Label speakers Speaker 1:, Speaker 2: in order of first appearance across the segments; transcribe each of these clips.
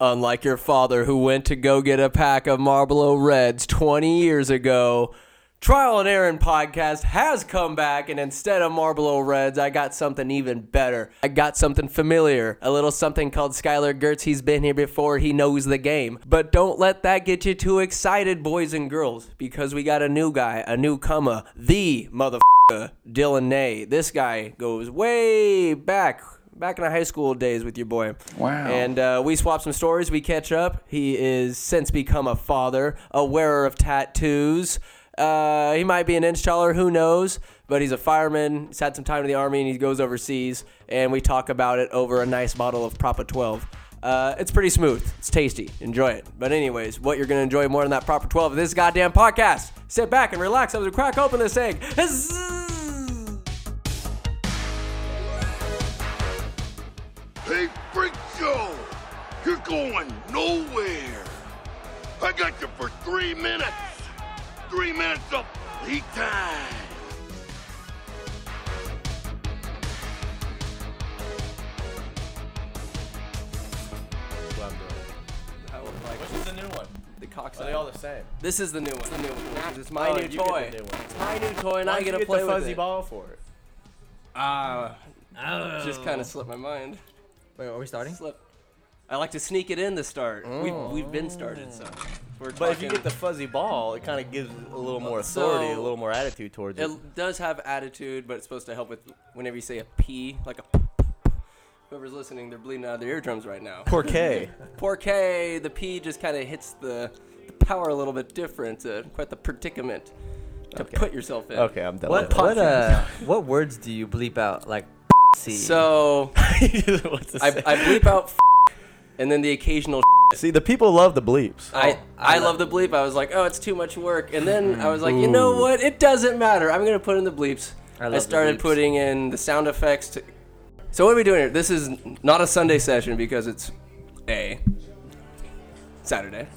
Speaker 1: Unlike your father, who went to go get a pack of Marlboro Reds 20 years ago, Trial and Errand podcast has come back, and instead of Marlboro Reds, I got something even better. I got something familiar, a little something called Skylar Gertz. He's been here before, he knows the game. But don't let that get you too excited, boys and girls, because we got a new guy, a newcomer, the mother. Dylan Nay. This guy goes way back, back in the high school days with your boy.
Speaker 2: Wow.
Speaker 1: And uh, we swap some stories. We catch up. He is since become a father, a wearer of tattoos. Uh, he might be an inch taller, who knows? But he's a fireman. He's had some time in the army, and he goes overseas. And we talk about it over a nice bottle of Propa 12. Uh, it's pretty smooth. It's tasty. Enjoy it. But anyways, what you're gonna enjoy more than that proper 12 of this goddamn podcast. Sit back and relax as we crack open this egg. Zzz.
Speaker 3: Hey, Freak Show! You're going nowhere! I got you for three minutes! Three minutes of lead time!
Speaker 4: Which is the new one?
Speaker 1: The
Speaker 4: Are they all the same?
Speaker 1: This is the new one. It's the new one. It's my
Speaker 4: Oh,
Speaker 1: new
Speaker 4: you get the
Speaker 1: toy.
Speaker 4: new one.
Speaker 1: It's my new toy, and I
Speaker 4: Why'd
Speaker 1: get
Speaker 4: you
Speaker 1: to
Speaker 4: get
Speaker 1: play
Speaker 4: the
Speaker 1: with
Speaker 4: fuzzy
Speaker 1: it.
Speaker 4: ball for it. Ah.
Speaker 5: Uh,
Speaker 1: It Just kind of slipped my mind.
Speaker 5: wait, are we starting? Oh.
Speaker 1: Slipped. I like to sneak it in to start. We've, we've been started, so. We're
Speaker 4: But if
Speaker 1: talking-
Speaker 4: you get the fuzzy ball, it kind of gives a little more authority,
Speaker 1: So-
Speaker 4: a little more attitude towards it.
Speaker 1: It does have attitude, but it's supposed to help with whenever you say a P, like a. p- Whoever's listening, they're bleeding out of their eardrums right now.
Speaker 4: Porquet.
Speaker 1: Poor K, the P just kind of hits the, the power a little bit different, uh, quite the predicament to put yourself in.
Speaker 4: okay, I'm done.
Speaker 5: What
Speaker 4: with
Speaker 5: what
Speaker 4: that.
Speaker 5: uh what words do you bleep out like see?
Speaker 1: So
Speaker 4: What's this
Speaker 1: I,
Speaker 4: say?
Speaker 1: I bleep out f- and then the occasional.
Speaker 4: See, the people love the bleeps.
Speaker 5: Oh,
Speaker 1: I, I love the bleep. I was like, oh, it's too much work. And then I was like, you know what? It doesn't matter. I'm going to put in the bleeps.
Speaker 5: I
Speaker 1: I,
Speaker 5: love the
Speaker 1: started
Speaker 5: bleeps.
Speaker 1: putting in the sound effects. To... So, what are we doing here? This is not a Sunday session because it's A, Saturday.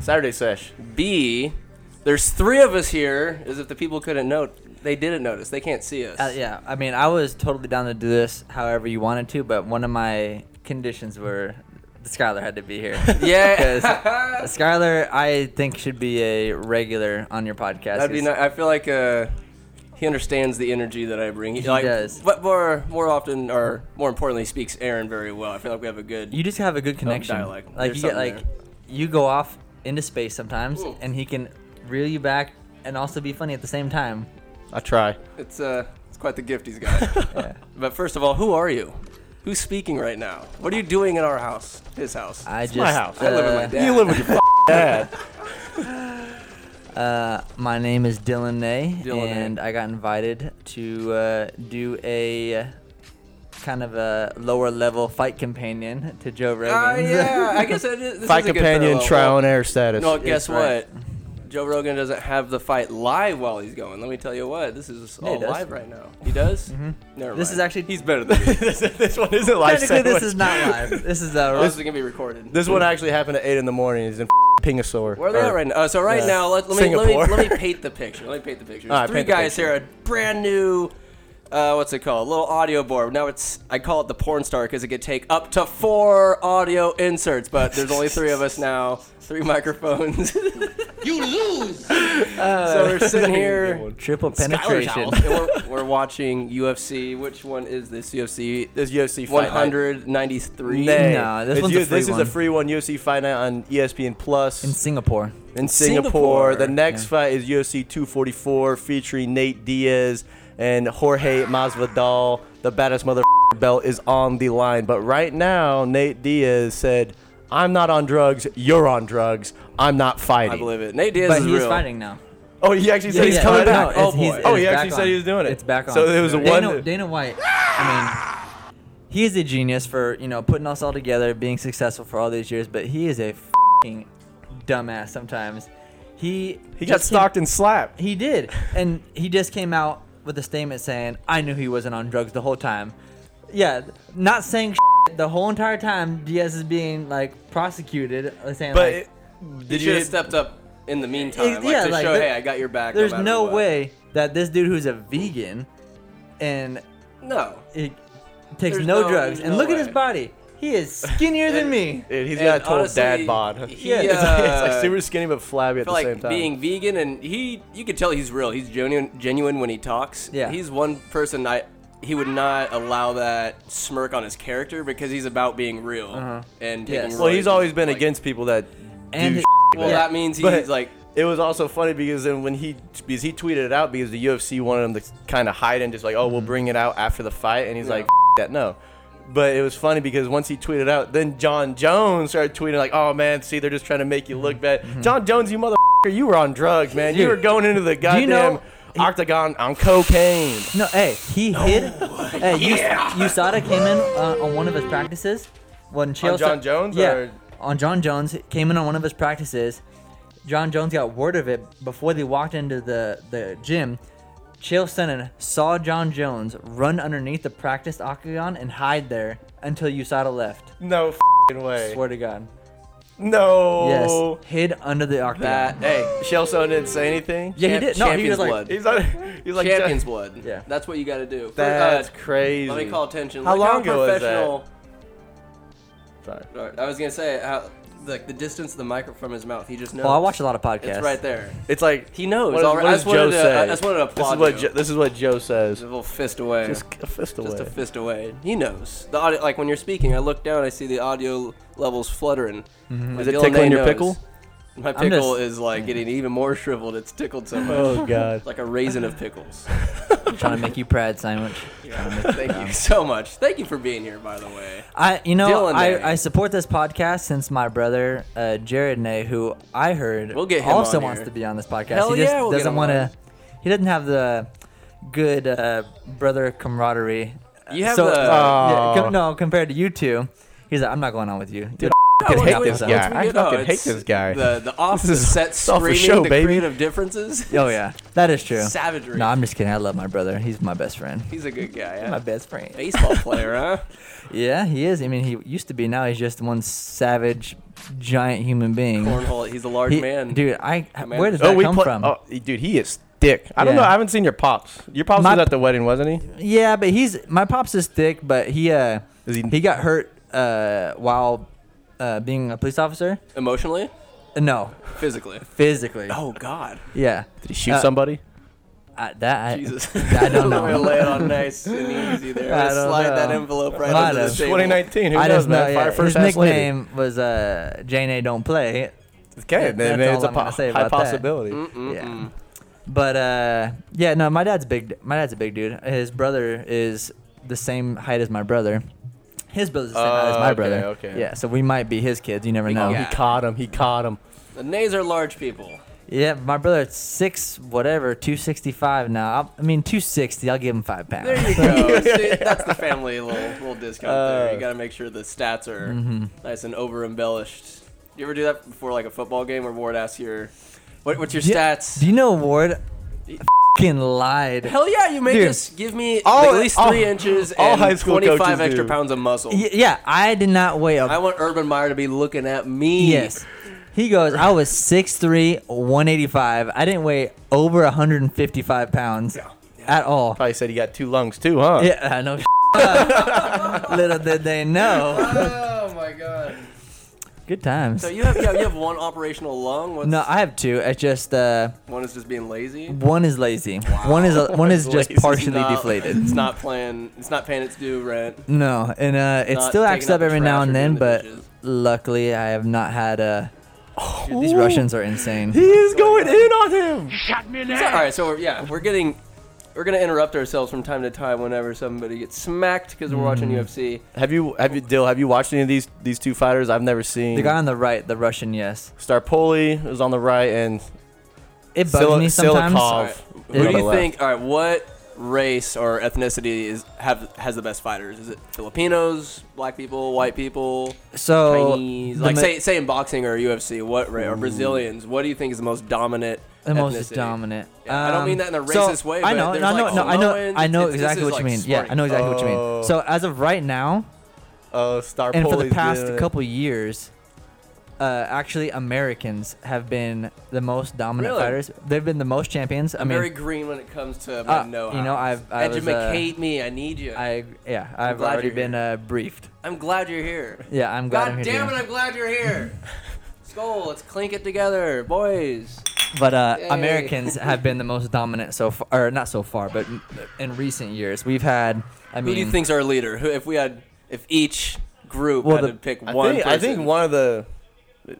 Speaker 4: Saturday sesh.
Speaker 1: B, there's three of us here, as if the people couldn't note. They didn't notice. They can't see us.
Speaker 5: Uh, yeah, I mean, I was totally down to do this however you wanted to, but one of my conditions were Skylar had to be here.
Speaker 1: Yeah.
Speaker 5: 'Cause Skylar, I think should be a regular on your podcast.
Speaker 1: That'd be nice. I feel like uh, he understands the energy that I bring. He, like,
Speaker 5: does.
Speaker 1: But more, more often, or more importantly, speaks Aaron very well. I feel like we have a good.
Speaker 5: You just have a good connection.
Speaker 1: dialect.
Speaker 5: Like
Speaker 1: Oh, There's
Speaker 5: you get
Speaker 1: something
Speaker 5: like you go off into space sometimes,
Speaker 1: Ooh.
Speaker 5: and he can reel you back and also be funny at the same time.
Speaker 4: I try.
Speaker 1: It's uh, it's quite the gift he's got. But first of all, who are you? Who's speaking right now? What are you doing in our house? His house.
Speaker 5: I just
Speaker 4: my house.
Speaker 1: I live with my
Speaker 5: uh,
Speaker 1: dad.
Speaker 4: You live with your dad.
Speaker 5: My name is Dylan Nay,
Speaker 1: Dylan Nay.
Speaker 5: and I got invited to uh, do a uh, kind of a lower level fight companion to Joe Rogan.
Speaker 1: Ah, yeah. I guess it is. This
Speaker 4: Fight
Speaker 1: is a good
Speaker 4: companion,
Speaker 1: parallel.
Speaker 4: trial and error status.
Speaker 1: Well, guess what?
Speaker 5: right.
Speaker 1: Joe Rogan doesn't have the fight live while he's going. Let me tell you what. This is
Speaker 5: he
Speaker 1: all
Speaker 5: does.
Speaker 1: live right now. He does. Mm-hmm. Never
Speaker 5: This
Speaker 1: mind.
Speaker 5: is actually-
Speaker 1: he's better than me.
Speaker 4: this, this one isn't live.
Speaker 5: Technically, this
Speaker 4: sandwich.
Speaker 5: is not live. This is uh,
Speaker 1: Oh, this is gonna be recorded.
Speaker 4: This one actually happened at eight in the morning. Is in Pingasaur.
Speaker 1: Where are they at right now? Uh, so right
Speaker 4: Yeah.
Speaker 1: now, let, let, me, let me
Speaker 4: Singapore.
Speaker 1: let me paint the picture. Let me paint the picture.
Speaker 5: Ah,
Speaker 1: There's
Speaker 4: All
Speaker 1: three
Speaker 4: right, paint the
Speaker 1: guys here, a brand new, uh, what's it called? A little audio board. Now it's I call it the porn star because it could take up to four audio inserts, but there's only three of us now, three microphones. you lose.
Speaker 5: Uh,
Speaker 1: so we're sitting here.
Speaker 5: triple penetration.
Speaker 1: and we're, we're watching UFC. Which one is this UFC?
Speaker 4: This UFC fight night.
Speaker 1: 193.
Speaker 4: Nay.
Speaker 5: No, this
Speaker 4: It's
Speaker 5: one's a free
Speaker 4: this
Speaker 5: one.
Speaker 4: is a free one. UFC Fight Night on E ESPN Plus
Speaker 5: In
Speaker 4: in,
Speaker 5: Singapore,
Speaker 1: Singapore.
Speaker 4: Singapore. The next
Speaker 5: Yeah.
Speaker 4: fight is UFC 244 featuring Nate Diaz and Jorge Masvidal. The baddest mother belt is on the line. But right now, Nate Diaz said, "I'm not on drugs. You're on drugs. I'm not fighting."
Speaker 1: I believe it. Nate Diaz
Speaker 5: but
Speaker 1: is
Speaker 5: he's
Speaker 1: real.
Speaker 5: fighting now.
Speaker 4: Oh, he actually said
Speaker 5: Yeah,
Speaker 4: he's
Speaker 5: yeah. No,
Speaker 4: coming
Speaker 5: no,
Speaker 4: back.
Speaker 5: it's-
Speaker 4: oh boy.
Speaker 5: he's-
Speaker 4: oh,
Speaker 5: it's
Speaker 4: he
Speaker 5: back
Speaker 4: actually said
Speaker 5: on.
Speaker 4: he was doing it.
Speaker 5: It's back on.
Speaker 4: So there was a
Speaker 5: Dana,
Speaker 4: one.
Speaker 5: Dana White. I mean, he is a genius for you know putting us all together, being successful for all these years. But he is a fing dumbass sometimes. He
Speaker 4: He got
Speaker 5: just came-
Speaker 4: stalked and slapped.
Speaker 5: He did, and he just came out with a statement saying, "I knew he wasn't on drugs the whole time." Yeah, not saying the whole entire time. Diaz is being like prosecuted, uh, saying
Speaker 4: But
Speaker 5: like,
Speaker 4: it-
Speaker 1: Did
Speaker 4: did
Speaker 1: you
Speaker 4: you?
Speaker 1: have stepped up in the meantime?
Speaker 5: Ex-
Speaker 1: like,
Speaker 5: yeah,
Speaker 1: to
Speaker 5: like,
Speaker 1: show,
Speaker 5: there-
Speaker 1: hey, I got your back.
Speaker 5: "There's
Speaker 1: matter
Speaker 5: no
Speaker 1: what."
Speaker 5: way that this dude who's a vegan and
Speaker 1: No.
Speaker 5: it takes
Speaker 1: There's
Speaker 5: no,
Speaker 1: no-
Speaker 5: drugs.
Speaker 1: there's
Speaker 5: And
Speaker 1: no
Speaker 5: look at his
Speaker 1: way.
Speaker 5: body. He is skinnier than me.
Speaker 4: Dude, he's
Speaker 1: And
Speaker 4: got a total
Speaker 1: honestly,
Speaker 4: dad bod.
Speaker 1: he,
Speaker 5: Yeah,
Speaker 4: it's, like, it's like
Speaker 1: uh,
Speaker 4: super skinny but flabby at
Speaker 1: feel
Speaker 4: the
Speaker 1: like
Speaker 4: same time.
Speaker 1: being vegan and he you could tell he's real he's genuine genuine when he talks
Speaker 5: Yeah.
Speaker 1: he's one person i he would not allow that smirk on his character because he's about being real and
Speaker 5: Yes.
Speaker 1: taking
Speaker 4: Uh-huh. well, he's
Speaker 1: risks.
Speaker 4: always been
Speaker 1: Like,
Speaker 4: against people that
Speaker 5: And
Speaker 4: do.
Speaker 1: well
Speaker 5: Yeah.
Speaker 1: that means he's
Speaker 4: But-
Speaker 1: like
Speaker 4: It was also funny because then when he because he tweeted it out because the UFC wanted him to kind of hide and just like oh
Speaker 1: Mm-hmm.
Speaker 4: we'll bring it out after the fight and he's like "F- that no. But it was funny because once he tweeted out, then John Jones started tweeting like, "Oh man, see, they're just trying to make you
Speaker 1: Mm-hmm.
Speaker 4: look bad." John Jones, you motherfucker, you were on drugs, man. you were
Speaker 5: Dude.
Speaker 4: going into the goddamn
Speaker 5: you know-
Speaker 4: octagon on cocaine.
Speaker 5: No, hey, he hid. Hey, Us- Usada came in uh, on one of his practices. When Chael
Speaker 4: On John
Speaker 5: Sonnen-
Speaker 4: Jones,
Speaker 5: Yeah,
Speaker 4: or-
Speaker 5: on John Jones he came in on one of his practices. John Jones got word of it before they walked into the the gym. Chael Sonnen saw John Jones run underneath the practice octagon and hide there until Usada left.
Speaker 4: No fing way.
Speaker 5: Swear to God.
Speaker 4: No.
Speaker 5: Yes, hid under the octagon.
Speaker 1: Oh. that
Speaker 4: Hey, Shell Sonnen didn't say anything.
Speaker 5: yeah, he
Speaker 1: champ-
Speaker 5: did. No, he
Speaker 1: champion's
Speaker 5: was like,
Speaker 1: blood.
Speaker 4: He's like, he's like
Speaker 1: champions blood
Speaker 5: Yeah.
Speaker 1: that's what you got to do First,
Speaker 4: That's
Speaker 1: uh,
Speaker 4: crazy.
Speaker 1: let me call attention
Speaker 4: How
Speaker 1: Look
Speaker 4: long ago was that?
Speaker 1: professional-
Speaker 4: Sorry.
Speaker 1: Alright, I was gonna say how, like the distance of the microphone from his mouth he just knows
Speaker 5: Well, I watch a lot of podcasts.
Speaker 1: it's right there
Speaker 4: It's like
Speaker 1: He knows
Speaker 4: What, does-
Speaker 1: already.
Speaker 4: what
Speaker 1: I
Speaker 4: does
Speaker 1: just wanted
Speaker 4: Joe
Speaker 1: to- I
Speaker 4: say?
Speaker 1: just wanted to
Speaker 4: This
Speaker 1: applaud
Speaker 4: is what
Speaker 1: you.
Speaker 4: Jo- this is what Joe
Speaker 1: a
Speaker 4: says.
Speaker 1: little fist away
Speaker 4: Just a fist away.
Speaker 1: just a fist away. He knows the audio. Like when you're speaking, I look down, I see the audio levels fluttering.
Speaker 4: Mm-hmm. Is it tickling your pickle?
Speaker 1: My
Speaker 5: I'm
Speaker 1: pickle
Speaker 5: just-
Speaker 1: is like getting even more shriveled. It's tickled so much.
Speaker 4: Oh God.
Speaker 1: Like a raisin of pickles.
Speaker 5: Trying to make you proud, sandwich.
Speaker 1: Thank you so much. Thank you for being here, by the way.
Speaker 5: I you know
Speaker 1: Dylan Day.
Speaker 5: I, I support this podcast since my brother uh, Jared Nay, who I heard
Speaker 1: We'll get him
Speaker 5: also
Speaker 1: on
Speaker 5: wants
Speaker 1: here.
Speaker 5: to be on this podcast.
Speaker 1: Hell
Speaker 5: he just
Speaker 1: yeah, we'll get
Speaker 5: doesn't
Speaker 1: him
Speaker 5: want
Speaker 1: on.
Speaker 5: to. He doesn't have the good uh, brother camaraderie.
Speaker 1: You have
Speaker 5: so, uh,
Speaker 1: the-
Speaker 5: yeah,
Speaker 4: Aw.
Speaker 5: com- no compared to you two. He's like I'm not going on with you. Dude,
Speaker 1: I
Speaker 4: fucking hate this guy. I fucking hate this guy.
Speaker 1: Oh, The the offset
Speaker 4: it's all for
Speaker 1: screaming,
Speaker 4: show,
Speaker 1: the
Speaker 4: baby.
Speaker 1: creative differences.
Speaker 5: oh yeah, that is true.
Speaker 1: Savagery.
Speaker 5: No, I'm just kidding. I love my brother. He's my best friend.
Speaker 1: He's a good guy.
Speaker 5: My
Speaker 1: Huh?
Speaker 5: best friend.
Speaker 1: Baseball player, huh?
Speaker 5: Yeah, he is. I mean, he used to be. Now he's just one savage, giant human being.
Speaker 1: Cornhole. He's a large
Speaker 5: He-
Speaker 1: man.
Speaker 5: dude, I
Speaker 1: man.
Speaker 5: where did
Speaker 4: Oh,
Speaker 5: that
Speaker 4: we
Speaker 5: come
Speaker 4: play-
Speaker 5: from?
Speaker 4: Oh, dude, he is thick. I don't
Speaker 5: Yeah.
Speaker 4: know. I haven't seen your pops. Your pops
Speaker 5: My-
Speaker 4: was at the wedding, wasn't he?
Speaker 5: Yeah, but he's my pops is thick, but he uh
Speaker 4: Is
Speaker 5: he,
Speaker 4: he-
Speaker 5: got hurt uh while uh being a police officer. Uh,
Speaker 1: Emotionally,
Speaker 5: No,
Speaker 1: physically.
Speaker 5: physically.
Speaker 1: Oh God.
Speaker 5: Yeah,
Speaker 4: Did he shoot
Speaker 5: Uh,
Speaker 4: somebody?
Speaker 5: I, that I,
Speaker 1: Jesus.
Speaker 5: I don't
Speaker 1: Way to
Speaker 5: know.
Speaker 1: lay it on nice and easy there.
Speaker 5: I
Speaker 1: Just
Speaker 5: don't
Speaker 1: slide that
Speaker 5: know.
Speaker 1: envelope right
Speaker 5: Might
Speaker 1: under the
Speaker 5: have.
Speaker 1: table.
Speaker 4: 2019. Who
Speaker 5: I
Speaker 4: knows,
Speaker 5: just know
Speaker 4: man?
Speaker 5: yeah,
Speaker 4: Fire
Speaker 5: his
Speaker 4: first ass lady.
Speaker 5: nickname was uh Jane A don't play.
Speaker 4: Okay,
Speaker 5: that's
Speaker 4: man, man,
Speaker 5: all
Speaker 4: it's a
Speaker 5: I'm gonna
Speaker 4: po-
Speaker 5: say
Speaker 4: high
Speaker 5: about that.
Speaker 4: possibility.
Speaker 5: Yeah. But uh yeah, no, my dad's big my dad's a big dude. His brother is the same height as my brother. His brother's the same height as
Speaker 4: Oh,
Speaker 5: my
Speaker 4: okay,
Speaker 5: brother.
Speaker 4: okay.
Speaker 5: Yeah, so we might be his kids, you never know.
Speaker 4: Oh,
Speaker 1: Yeah.
Speaker 4: he caught him. He caught him.
Speaker 1: The nays are large people.
Speaker 5: Yeah, my brother at six whatever, two sixty five now. I'll, I mean two sixty. I'll give him five pounds.
Speaker 1: There you go. See, that's the family little little discount there. You
Speaker 4: Uh.
Speaker 1: got to make sure the stats are
Speaker 5: mm-hmm.
Speaker 1: nice and over embellished. You ever do that before like a football game where Ward asks your, what, what's your
Speaker 5: Yeah.
Speaker 1: stats?
Speaker 5: Do you know Ward? Fucking lied.
Speaker 1: Hell yeah, you make
Speaker 5: Dude.
Speaker 1: us give me
Speaker 4: All-
Speaker 1: at least
Speaker 4: all-
Speaker 1: three inches
Speaker 4: all
Speaker 1: and
Speaker 4: high school
Speaker 1: 25
Speaker 4: coaches
Speaker 1: extra
Speaker 4: do.
Speaker 1: pounds of muscle.
Speaker 5: Y- yeah, I did not weigh
Speaker 1: I
Speaker 5: a
Speaker 1: want Urban Meyer to be looking at me.
Speaker 5: yes. He goes, I was 6'3", 185. I didn't weigh over 155 pounds at all.
Speaker 4: Probably said he got two lungs too, huh?
Speaker 5: Yeah, I know. Little did they know.
Speaker 1: Oh my god.
Speaker 5: Good times.
Speaker 1: So you have yeah, you have one operational lung. What's,
Speaker 5: No, I have two. It's just uh,
Speaker 1: one is just being lazy.
Speaker 5: one is lazy. One is one is just
Speaker 4: Lazy's
Speaker 5: partially
Speaker 1: not-
Speaker 5: deflated.
Speaker 1: It's not playing. It's not paying its due rent.
Speaker 5: No, and uh, it
Speaker 1: Not
Speaker 5: still
Speaker 1: taking
Speaker 5: acts
Speaker 1: out
Speaker 5: up
Speaker 1: the
Speaker 5: every now
Speaker 1: trash or
Speaker 5: and then,
Speaker 1: doing the
Speaker 5: but
Speaker 1: dishes.
Speaker 5: luckily I have not had a. Dude, these Russians are insane.
Speaker 4: Oh. He is going in on him.
Speaker 1: All right, so we're, yeah, we're getting. We're gonna interrupt ourselves from time to time whenever somebody gets smacked because we're watching UFC.
Speaker 4: Have you, have you, Dill? Have you watched any of these these two fighters? I've never seen.
Speaker 5: The guy on the right, the Russian, yes.
Speaker 4: Starpoli is on the right, and
Speaker 5: It bugs
Speaker 4: Sil-
Speaker 5: me sometimes.
Speaker 1: All
Speaker 4: Silikov.
Speaker 1: right, who
Speaker 5: On
Speaker 1: do
Speaker 5: the
Speaker 1: you
Speaker 4: left.
Speaker 1: think? All right, what race or ethnicity is have has the best fighters? Is it Filipinos, black people, white people,
Speaker 5: So
Speaker 1: Chinese?
Speaker 5: the
Speaker 1: Like
Speaker 5: ma-
Speaker 1: say say in boxing or UFC, what race or Brazilians? What do you think is the most dominant?
Speaker 5: the most
Speaker 1: ethnicity?
Speaker 5: dominant. Um,
Speaker 1: Yeah, I don't mean that in a
Speaker 5: so,
Speaker 1: racist way,
Speaker 5: I
Speaker 1: but
Speaker 5: know,
Speaker 1: there's
Speaker 5: no, no,
Speaker 1: like
Speaker 5: no, I know,
Speaker 1: Samoans,
Speaker 5: I know
Speaker 1: it's- this
Speaker 5: exactly
Speaker 1: is
Speaker 5: what you
Speaker 1: like
Speaker 5: mean. Yeah, I know exactly what you
Speaker 4: Oh.
Speaker 5: mean. So as of right now,
Speaker 4: Uh, Starpoli's
Speaker 5: and for the past
Speaker 4: doing it.
Speaker 5: couple years, uh, actually Americans have been the most dominant
Speaker 1: Really?
Speaker 5: fighters. They've been the most champions. I
Speaker 1: I'm
Speaker 5: mean,
Speaker 1: very green when it comes to
Speaker 5: Uh,
Speaker 1: my know
Speaker 5: you know, I've- I was, uh,
Speaker 1: hate me. I need you. I,
Speaker 5: I yeah, I've
Speaker 1: glad
Speaker 5: already
Speaker 1: you're
Speaker 5: been uh, briefed.
Speaker 1: am glad you're here.
Speaker 5: Yeah, I'm glad
Speaker 1: God
Speaker 5: I'm here.
Speaker 1: damn it!
Speaker 5: today.
Speaker 1: I'm glad you're here. Skull, let's clink it together, boys.
Speaker 5: But uh,
Speaker 1: Yay.
Speaker 5: Americans have been the most dominant so far, or not so far, but m- in recent years, we've had. I
Speaker 1: Who
Speaker 5: mean,
Speaker 1: do you think's our leader? Who, if we had, if each group
Speaker 4: Well,
Speaker 1: had
Speaker 4: the-
Speaker 1: to pick
Speaker 4: I
Speaker 1: one
Speaker 4: think,
Speaker 1: person,
Speaker 4: I think one of the,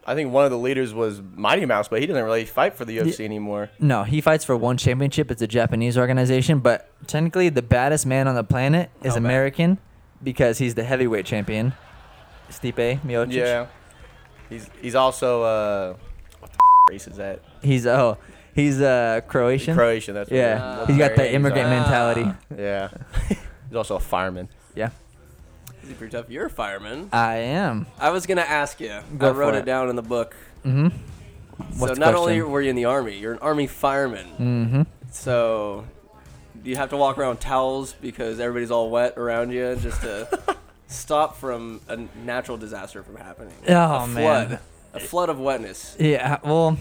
Speaker 4: I think one of the leaders was Mighty Mouse, but he doesn't really fight for the UFC anymore.
Speaker 5: No, he fights for one championship. It's a Japanese organization, but technically, the baddest man on the planet is
Speaker 1: How bad?
Speaker 5: American because he's the heavyweight champion, Stipe Miocic.
Speaker 4: Yeah, he's he's also uh, what the f- race is that?
Speaker 5: he's oh, he's uh Croatian.
Speaker 4: Croatian. That's what
Speaker 5: yeah,
Speaker 1: Ah,
Speaker 4: it is.
Speaker 5: he's got
Speaker 4: That's
Speaker 5: that
Speaker 4: right.
Speaker 5: immigrant mentality.
Speaker 4: Yeah, he's also a fireman.
Speaker 5: Yeah,
Speaker 1: This is pretty tough. You're a fireman.
Speaker 5: I am.
Speaker 1: I was gonna ask you. I
Speaker 5: Go for
Speaker 1: wrote it.
Speaker 5: it. Mm-hmm.
Speaker 1: down in the book.
Speaker 5: What's
Speaker 1: so
Speaker 5: the
Speaker 1: not only
Speaker 5: question?
Speaker 1: were you in the army, you're an army fireman. Mm-hmm. So do you have to walk around with towels because everybody's all wet around you just to stop from a natural disaster from happening?
Speaker 5: Oh,
Speaker 1: a
Speaker 5: man.
Speaker 1: flood, a flood of wetness.
Speaker 5: Yeah, well,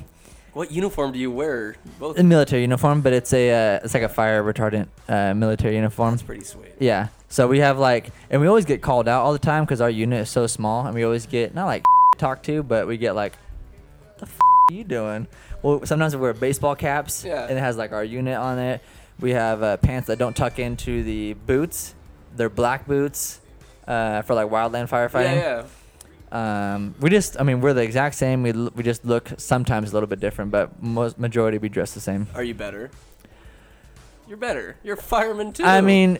Speaker 1: What uniform do you wear? Both
Speaker 5: a military uniform, but it's a uh, it's like a fire retardant uh, military uniform.
Speaker 1: pretty sweet.
Speaker 5: Yeah. So we have like, and we always get called out all the time because our unit is so small, and we always get not like talked to, but we get like, "The f- are you doing?" Well, sometimes we wear baseball caps,
Speaker 1: Yeah.
Speaker 5: and it has like our unit on it. We have uh, pants that don't tuck into the boots. They're black boots uh, for like wildland
Speaker 1: Yeah,
Speaker 5: firefighting.
Speaker 1: yeah.
Speaker 5: Um, we just, I mean, we're the exact same. We l- we just look sometimes a little bit different, but most majority we dress the same.
Speaker 1: Are you better? You're better. You're a fireman too.
Speaker 5: I mean,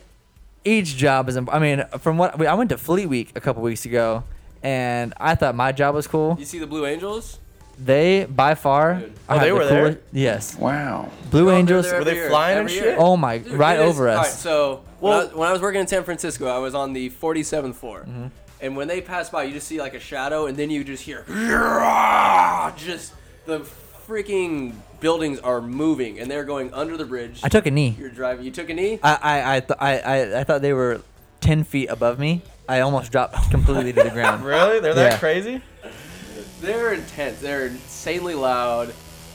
Speaker 5: each job is. imp- I mean, from what I went to Fleet Week a couple weeks ago, and I thought my job was cool.
Speaker 1: you see the Blue Angels?
Speaker 5: They by far.
Speaker 1: Dude.
Speaker 5: I
Speaker 4: Oh,
Speaker 5: have
Speaker 4: they
Speaker 5: the
Speaker 4: were there?
Speaker 5: coolest- Yes,
Speaker 3: Wow.
Speaker 5: Blue
Speaker 1: Oh, they're
Speaker 5: Angels.
Speaker 1: there
Speaker 4: Were they
Speaker 1: every year,
Speaker 4: flying and
Speaker 1: every
Speaker 4: shit?
Speaker 1: year.
Speaker 5: Oh my!
Speaker 1: Dude,
Speaker 5: right
Speaker 1: it is-
Speaker 5: over
Speaker 1: all right,
Speaker 5: us.
Speaker 1: so when, I
Speaker 4: Well-
Speaker 1: was, when I was working in San Francisco, I was on the 47th floor, and when they pass by, you just see like a shadow, and then you just hear just the freaking buildings are moving, and they're going under the bridge.
Speaker 5: I took a knee.
Speaker 1: You're driving. You took a knee.
Speaker 5: I I I, th- I I I thought they were ten feet above me. I almost dropped completely to the ground.
Speaker 4: Really? They're
Speaker 5: Yeah.
Speaker 4: that crazy?
Speaker 1: They're intense. They're insanely loud,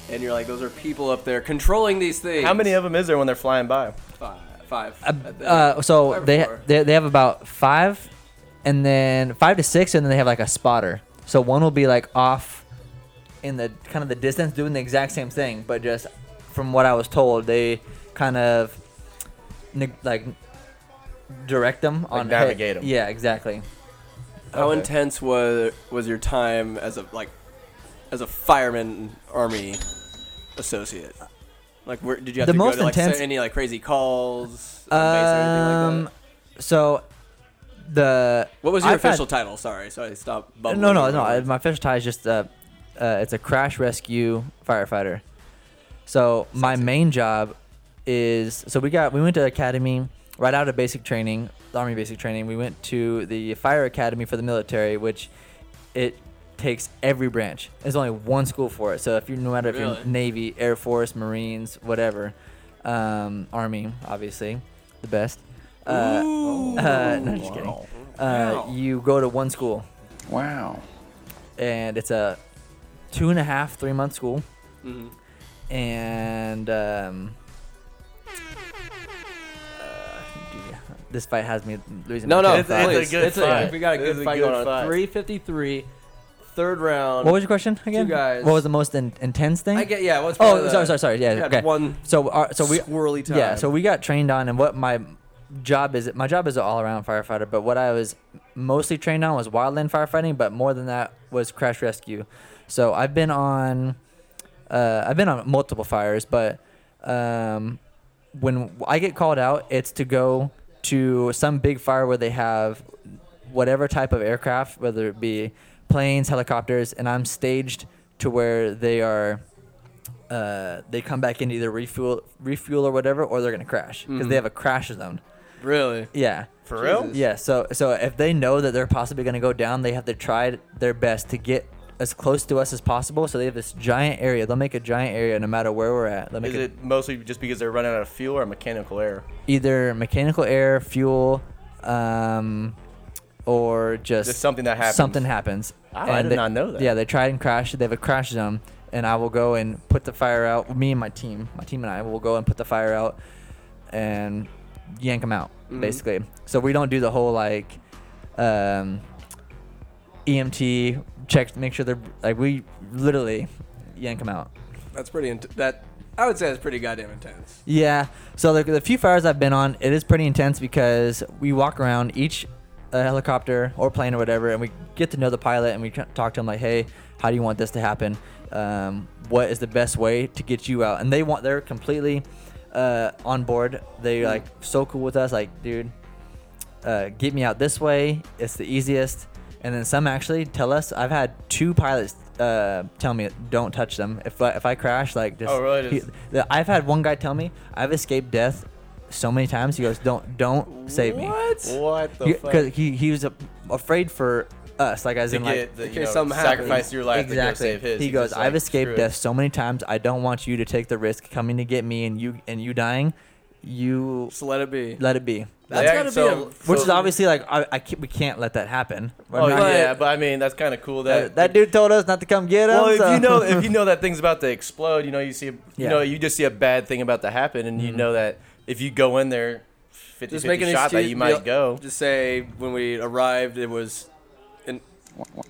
Speaker 1: and you're like, those are people up there controlling these things.
Speaker 4: How many of them is there when they're flying by?
Speaker 1: Five. Five. I think.
Speaker 5: Uh, so
Speaker 1: Five or
Speaker 5: they,
Speaker 1: four.
Speaker 5: they they have about five, and then five to six, and then they have like a spotter. So one will be like off in the kind of the distance, doing the exact same thing, but just from what I was told, they kind of neg- like direct them on hey-
Speaker 4: navigate 'em.
Speaker 5: Yeah, exactly.
Speaker 1: How
Speaker 4: Okay.
Speaker 1: intense was was your time as a like as a fireman army associate? Like, where did you have
Speaker 5: The
Speaker 1: to
Speaker 5: most
Speaker 1: go to like
Speaker 5: intense-
Speaker 1: se- any like crazy calls? on base or anything
Speaker 5: Um,
Speaker 1: like that?
Speaker 5: so the
Speaker 1: What was your
Speaker 5: I've had-
Speaker 1: official title? Sorry, so I stopped. Bumbling
Speaker 5: No, no, no. uh, My official tie is just uh, uh, it's a crash rescue firefighter. So my main job is so we got we went to academy right out of basic training, army basic training. We went to the fire academy for the military, which it takes every branch. There's only one school for it. So if you no matter if
Speaker 1: Really?
Speaker 5: you're Navy, Air Force, Marines, whatever, um, Army, obviously, the best. Uh, uh, no, just kidding. Uh, you go to one school
Speaker 3: Wow.
Speaker 5: and it's a two and a half, three month school.
Speaker 1: Mm-hmm.
Speaker 5: And um, uh, dude, this fight has me losing.
Speaker 1: No,
Speaker 5: my
Speaker 1: no,
Speaker 5: train
Speaker 4: it's-
Speaker 1: it's,
Speaker 5: of
Speaker 4: it's a
Speaker 5: thought.
Speaker 4: please. good
Speaker 1: it's
Speaker 4: fight.
Speaker 1: we got a
Speaker 4: It
Speaker 1: good
Speaker 4: is a
Speaker 1: fight
Speaker 4: good
Speaker 1: going on.
Speaker 4: fight.
Speaker 1: Three fifty three, third round.
Speaker 5: What was your question again?
Speaker 1: guys.
Speaker 5: What was the most in- intense thing?
Speaker 1: I get yeah. What's part
Speaker 5: Oh,
Speaker 1: of
Speaker 5: sorry,
Speaker 1: the-
Speaker 5: sorry, sorry. Yeah,
Speaker 1: you had
Speaker 5: okay.
Speaker 1: One
Speaker 5: So, our, so we
Speaker 1: swirly time.
Speaker 5: Yeah, so we got trained on, and what my job is, my job is an all-around firefighter. But what I was mostly trained on was wildland firefighting, but more than that was crash rescue. So I've been on, uh, I've been on multiple fires, but um, when I get called out, it's to go to some big fire where they have whatever type of aircraft, whether it be planes, helicopters, and I'm staged to where they are uh, they come back and either refuel, refuel or whatever, or they're gonna crash because they have a crash zone.
Speaker 1: really.
Speaker 5: Yeah,
Speaker 4: Hmm. For real?
Speaker 5: yeah. So, so if they know that they're possibly gonna go down, they have to try their best to get as close to us as possible. So they have this giant area. They'll make a giant area no matter where we're at. They'll make
Speaker 4: Is it mostly just because they're running out of fuel or mechanical error?
Speaker 5: either mechanical air, fuel, um, or just,
Speaker 4: Just something that happens.
Speaker 5: Something happens.
Speaker 4: Oh, I did
Speaker 5: they-
Speaker 4: not know that.
Speaker 5: Yeah, they try and crash. They have a crash zone, and I will go and put the fire out. Me and my team, my team and I will go and put the fire out and yank them out,
Speaker 4: Mm-hmm.
Speaker 5: basically. So we don't do the whole like um, EMT check, make sure they're like we literally yank them out.
Speaker 1: That's pretty. Int- that I would say that's pretty goddamn intense.
Speaker 5: Yeah. So the, the few fires I've been on, it is pretty intense because we walk around each uh, helicopter or plane or whatever, and we get to know the pilot and we tr- talk to him like, hey, how do you want this to happen? Um, what is the best way to get you out? And they want they're completely uh, on board. They like so cool with us, like, dude, uh, get me out this way. It's the easiest. And then some actually tell us. I've had two pilots uh, tell me, don't touch them. If I, if I crash, like just.
Speaker 4: Oh, really? Just-
Speaker 5: he- the- I've had one guy tell me I've escaped death so many times. He goes, don't don't save me.
Speaker 4: What the fuck?
Speaker 5: Because he, he was a, afraid for us, like as
Speaker 4: to
Speaker 5: in like
Speaker 4: get the,
Speaker 1: in
Speaker 4: you
Speaker 1: case
Speaker 4: know,
Speaker 1: something happens.
Speaker 4: sacrifice your life
Speaker 5: exactly.
Speaker 4: to go save his.
Speaker 5: He
Speaker 4: He's
Speaker 5: goes,
Speaker 4: just
Speaker 5: I've
Speaker 4: like,
Speaker 5: escaped
Speaker 4: screw it."
Speaker 5: death so many times. I don't want you to take the risk coming to get me and you and you dying. You
Speaker 1: Just let it be.
Speaker 5: let it be.
Speaker 1: That's
Speaker 4: Yeah,
Speaker 1: gotta be a,
Speaker 4: so-
Speaker 5: Which
Speaker 4: So-
Speaker 5: is obviously like I, I can't, we can't let that happen.
Speaker 4: Oh
Speaker 5: We're not-
Speaker 4: yeah, but I mean that's kind of cool
Speaker 5: that, that
Speaker 4: that
Speaker 5: dude told us not to come get him.
Speaker 4: Well, if
Speaker 5: so-
Speaker 4: you know if you know that thing's about to explode, you know you see you
Speaker 5: Yeah. Mm-hmm.
Speaker 4: know you just see a bad thing about to happen, and you know that if you go in there, 50
Speaker 1: just make an
Speaker 4: 50 shot that
Speaker 1: excuse-
Speaker 4: you
Speaker 1: be-
Speaker 4: might go.
Speaker 1: Just say when we arrived, it was, and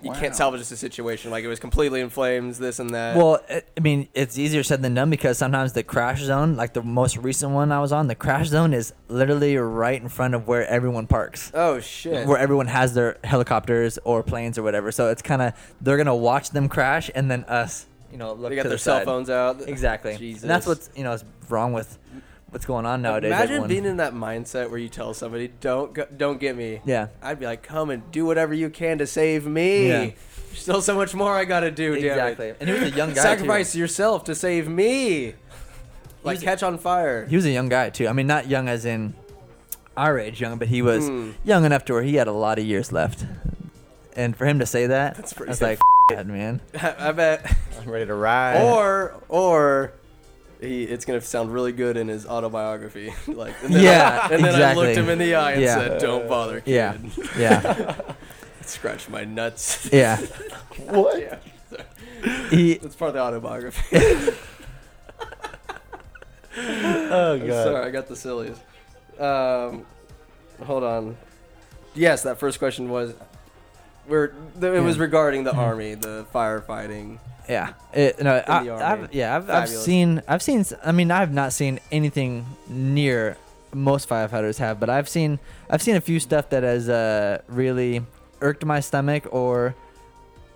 Speaker 1: you can't salvage the situation. Like it was completely in flames, this and that.
Speaker 5: Well, uh, I- I mean, it's easier said than done because sometimes the crash zone, like the most recent one I was on, the crash zone is literally right in front of where everyone parks.
Speaker 1: oh shit.
Speaker 5: Where everyone has their helicopters or planes or whatever, so it's kind of they're gonna watch them crash and then us, you know, look
Speaker 1: they got
Speaker 5: to
Speaker 1: their
Speaker 5: the
Speaker 1: cell
Speaker 5: side.
Speaker 1: phones out.
Speaker 5: Exactly,
Speaker 1: Jesus.
Speaker 5: and that's what's you know is wrong with what's going on nowadays.
Speaker 1: Imagine
Speaker 5: everyone-
Speaker 1: being in that mindset where you tell somebody, "Don't go, don't get me."
Speaker 5: Yeah.
Speaker 1: I'd be like, "Come and do whatever you can to save me."
Speaker 5: Yeah.
Speaker 1: There's still so much more I gotta do. damn it.
Speaker 5: exactly, and he was a young guy. too.
Speaker 1: Sacrifice yourself to save me. Like
Speaker 5: He's-
Speaker 1: catch on fire.
Speaker 5: he was a young guy too. I mean, not young as in our age young, but he was
Speaker 1: Hmm.
Speaker 5: young enough to where he had a lot of years left. And for him to say that, That's
Speaker 1: pretty
Speaker 5: I was
Speaker 1: good
Speaker 5: like, "F- man.
Speaker 1: I bet.
Speaker 4: I'm ready to ride.
Speaker 1: Or or. He, it's gonna sound really good in his autobiography, like and then
Speaker 5: Yeah,
Speaker 1: I, and then I
Speaker 5: exactly.
Speaker 1: looked him in the eye and
Speaker 5: Yeah.
Speaker 1: said, "Don't bother, kid.
Speaker 5: Yeah, yeah,
Speaker 1: Scratch my nuts."
Speaker 5: yeah.
Speaker 4: what?
Speaker 1: yeah,
Speaker 5: He,
Speaker 1: that's part of the autobiography.
Speaker 4: Oh
Speaker 1: I'm
Speaker 4: god.
Speaker 1: Sorry, I got the silliest. Um, hold on. Yes, that first question was, we're th- it was
Speaker 5: Yeah. Hmm.
Speaker 1: regarding the army, the firefighting.
Speaker 5: yeah. It, no, I,
Speaker 1: the army.
Speaker 5: I've, yeah, I've, I've
Speaker 1: Fabulous.
Speaker 5: seen, I've seen. s- I mean, I've not seen anything near most firefighters have, but I've seen, I've seen a few stuff that has uh, really irked my stomach. Or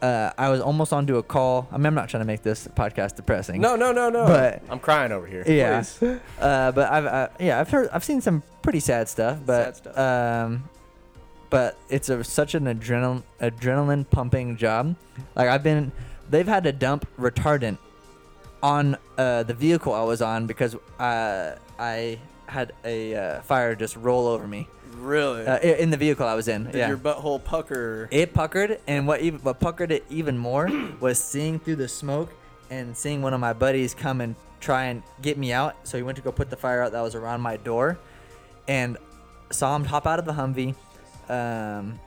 Speaker 5: uh, I was almost onto a call. I mean, I'm not trying to make this podcast depressing.
Speaker 1: No, no, no, no.
Speaker 5: but
Speaker 4: I'm crying over here.
Speaker 5: Yeah. Uh, but I've uh, yeah I've heard I've seen some pretty sad stuff,
Speaker 1: Sad
Speaker 5: but
Speaker 1: stuff.
Speaker 5: um, but it's a, such an adrenaline adrenaline pumping job. Like I've been, they've had to dump retardant on uh, the vehicle I was on because uh, I had a uh, fire just roll over me
Speaker 1: really,
Speaker 5: uh, i- in the vehicle I was in.
Speaker 1: did
Speaker 5: yeah.
Speaker 1: your butthole pucker?
Speaker 5: It puckered, and what even what puckered it even more was seeing through the smoke and seeing one of my buddies come and try and get me out. So he went to go put the fire out that was around my door, and saw him hop out of the Humvee, um,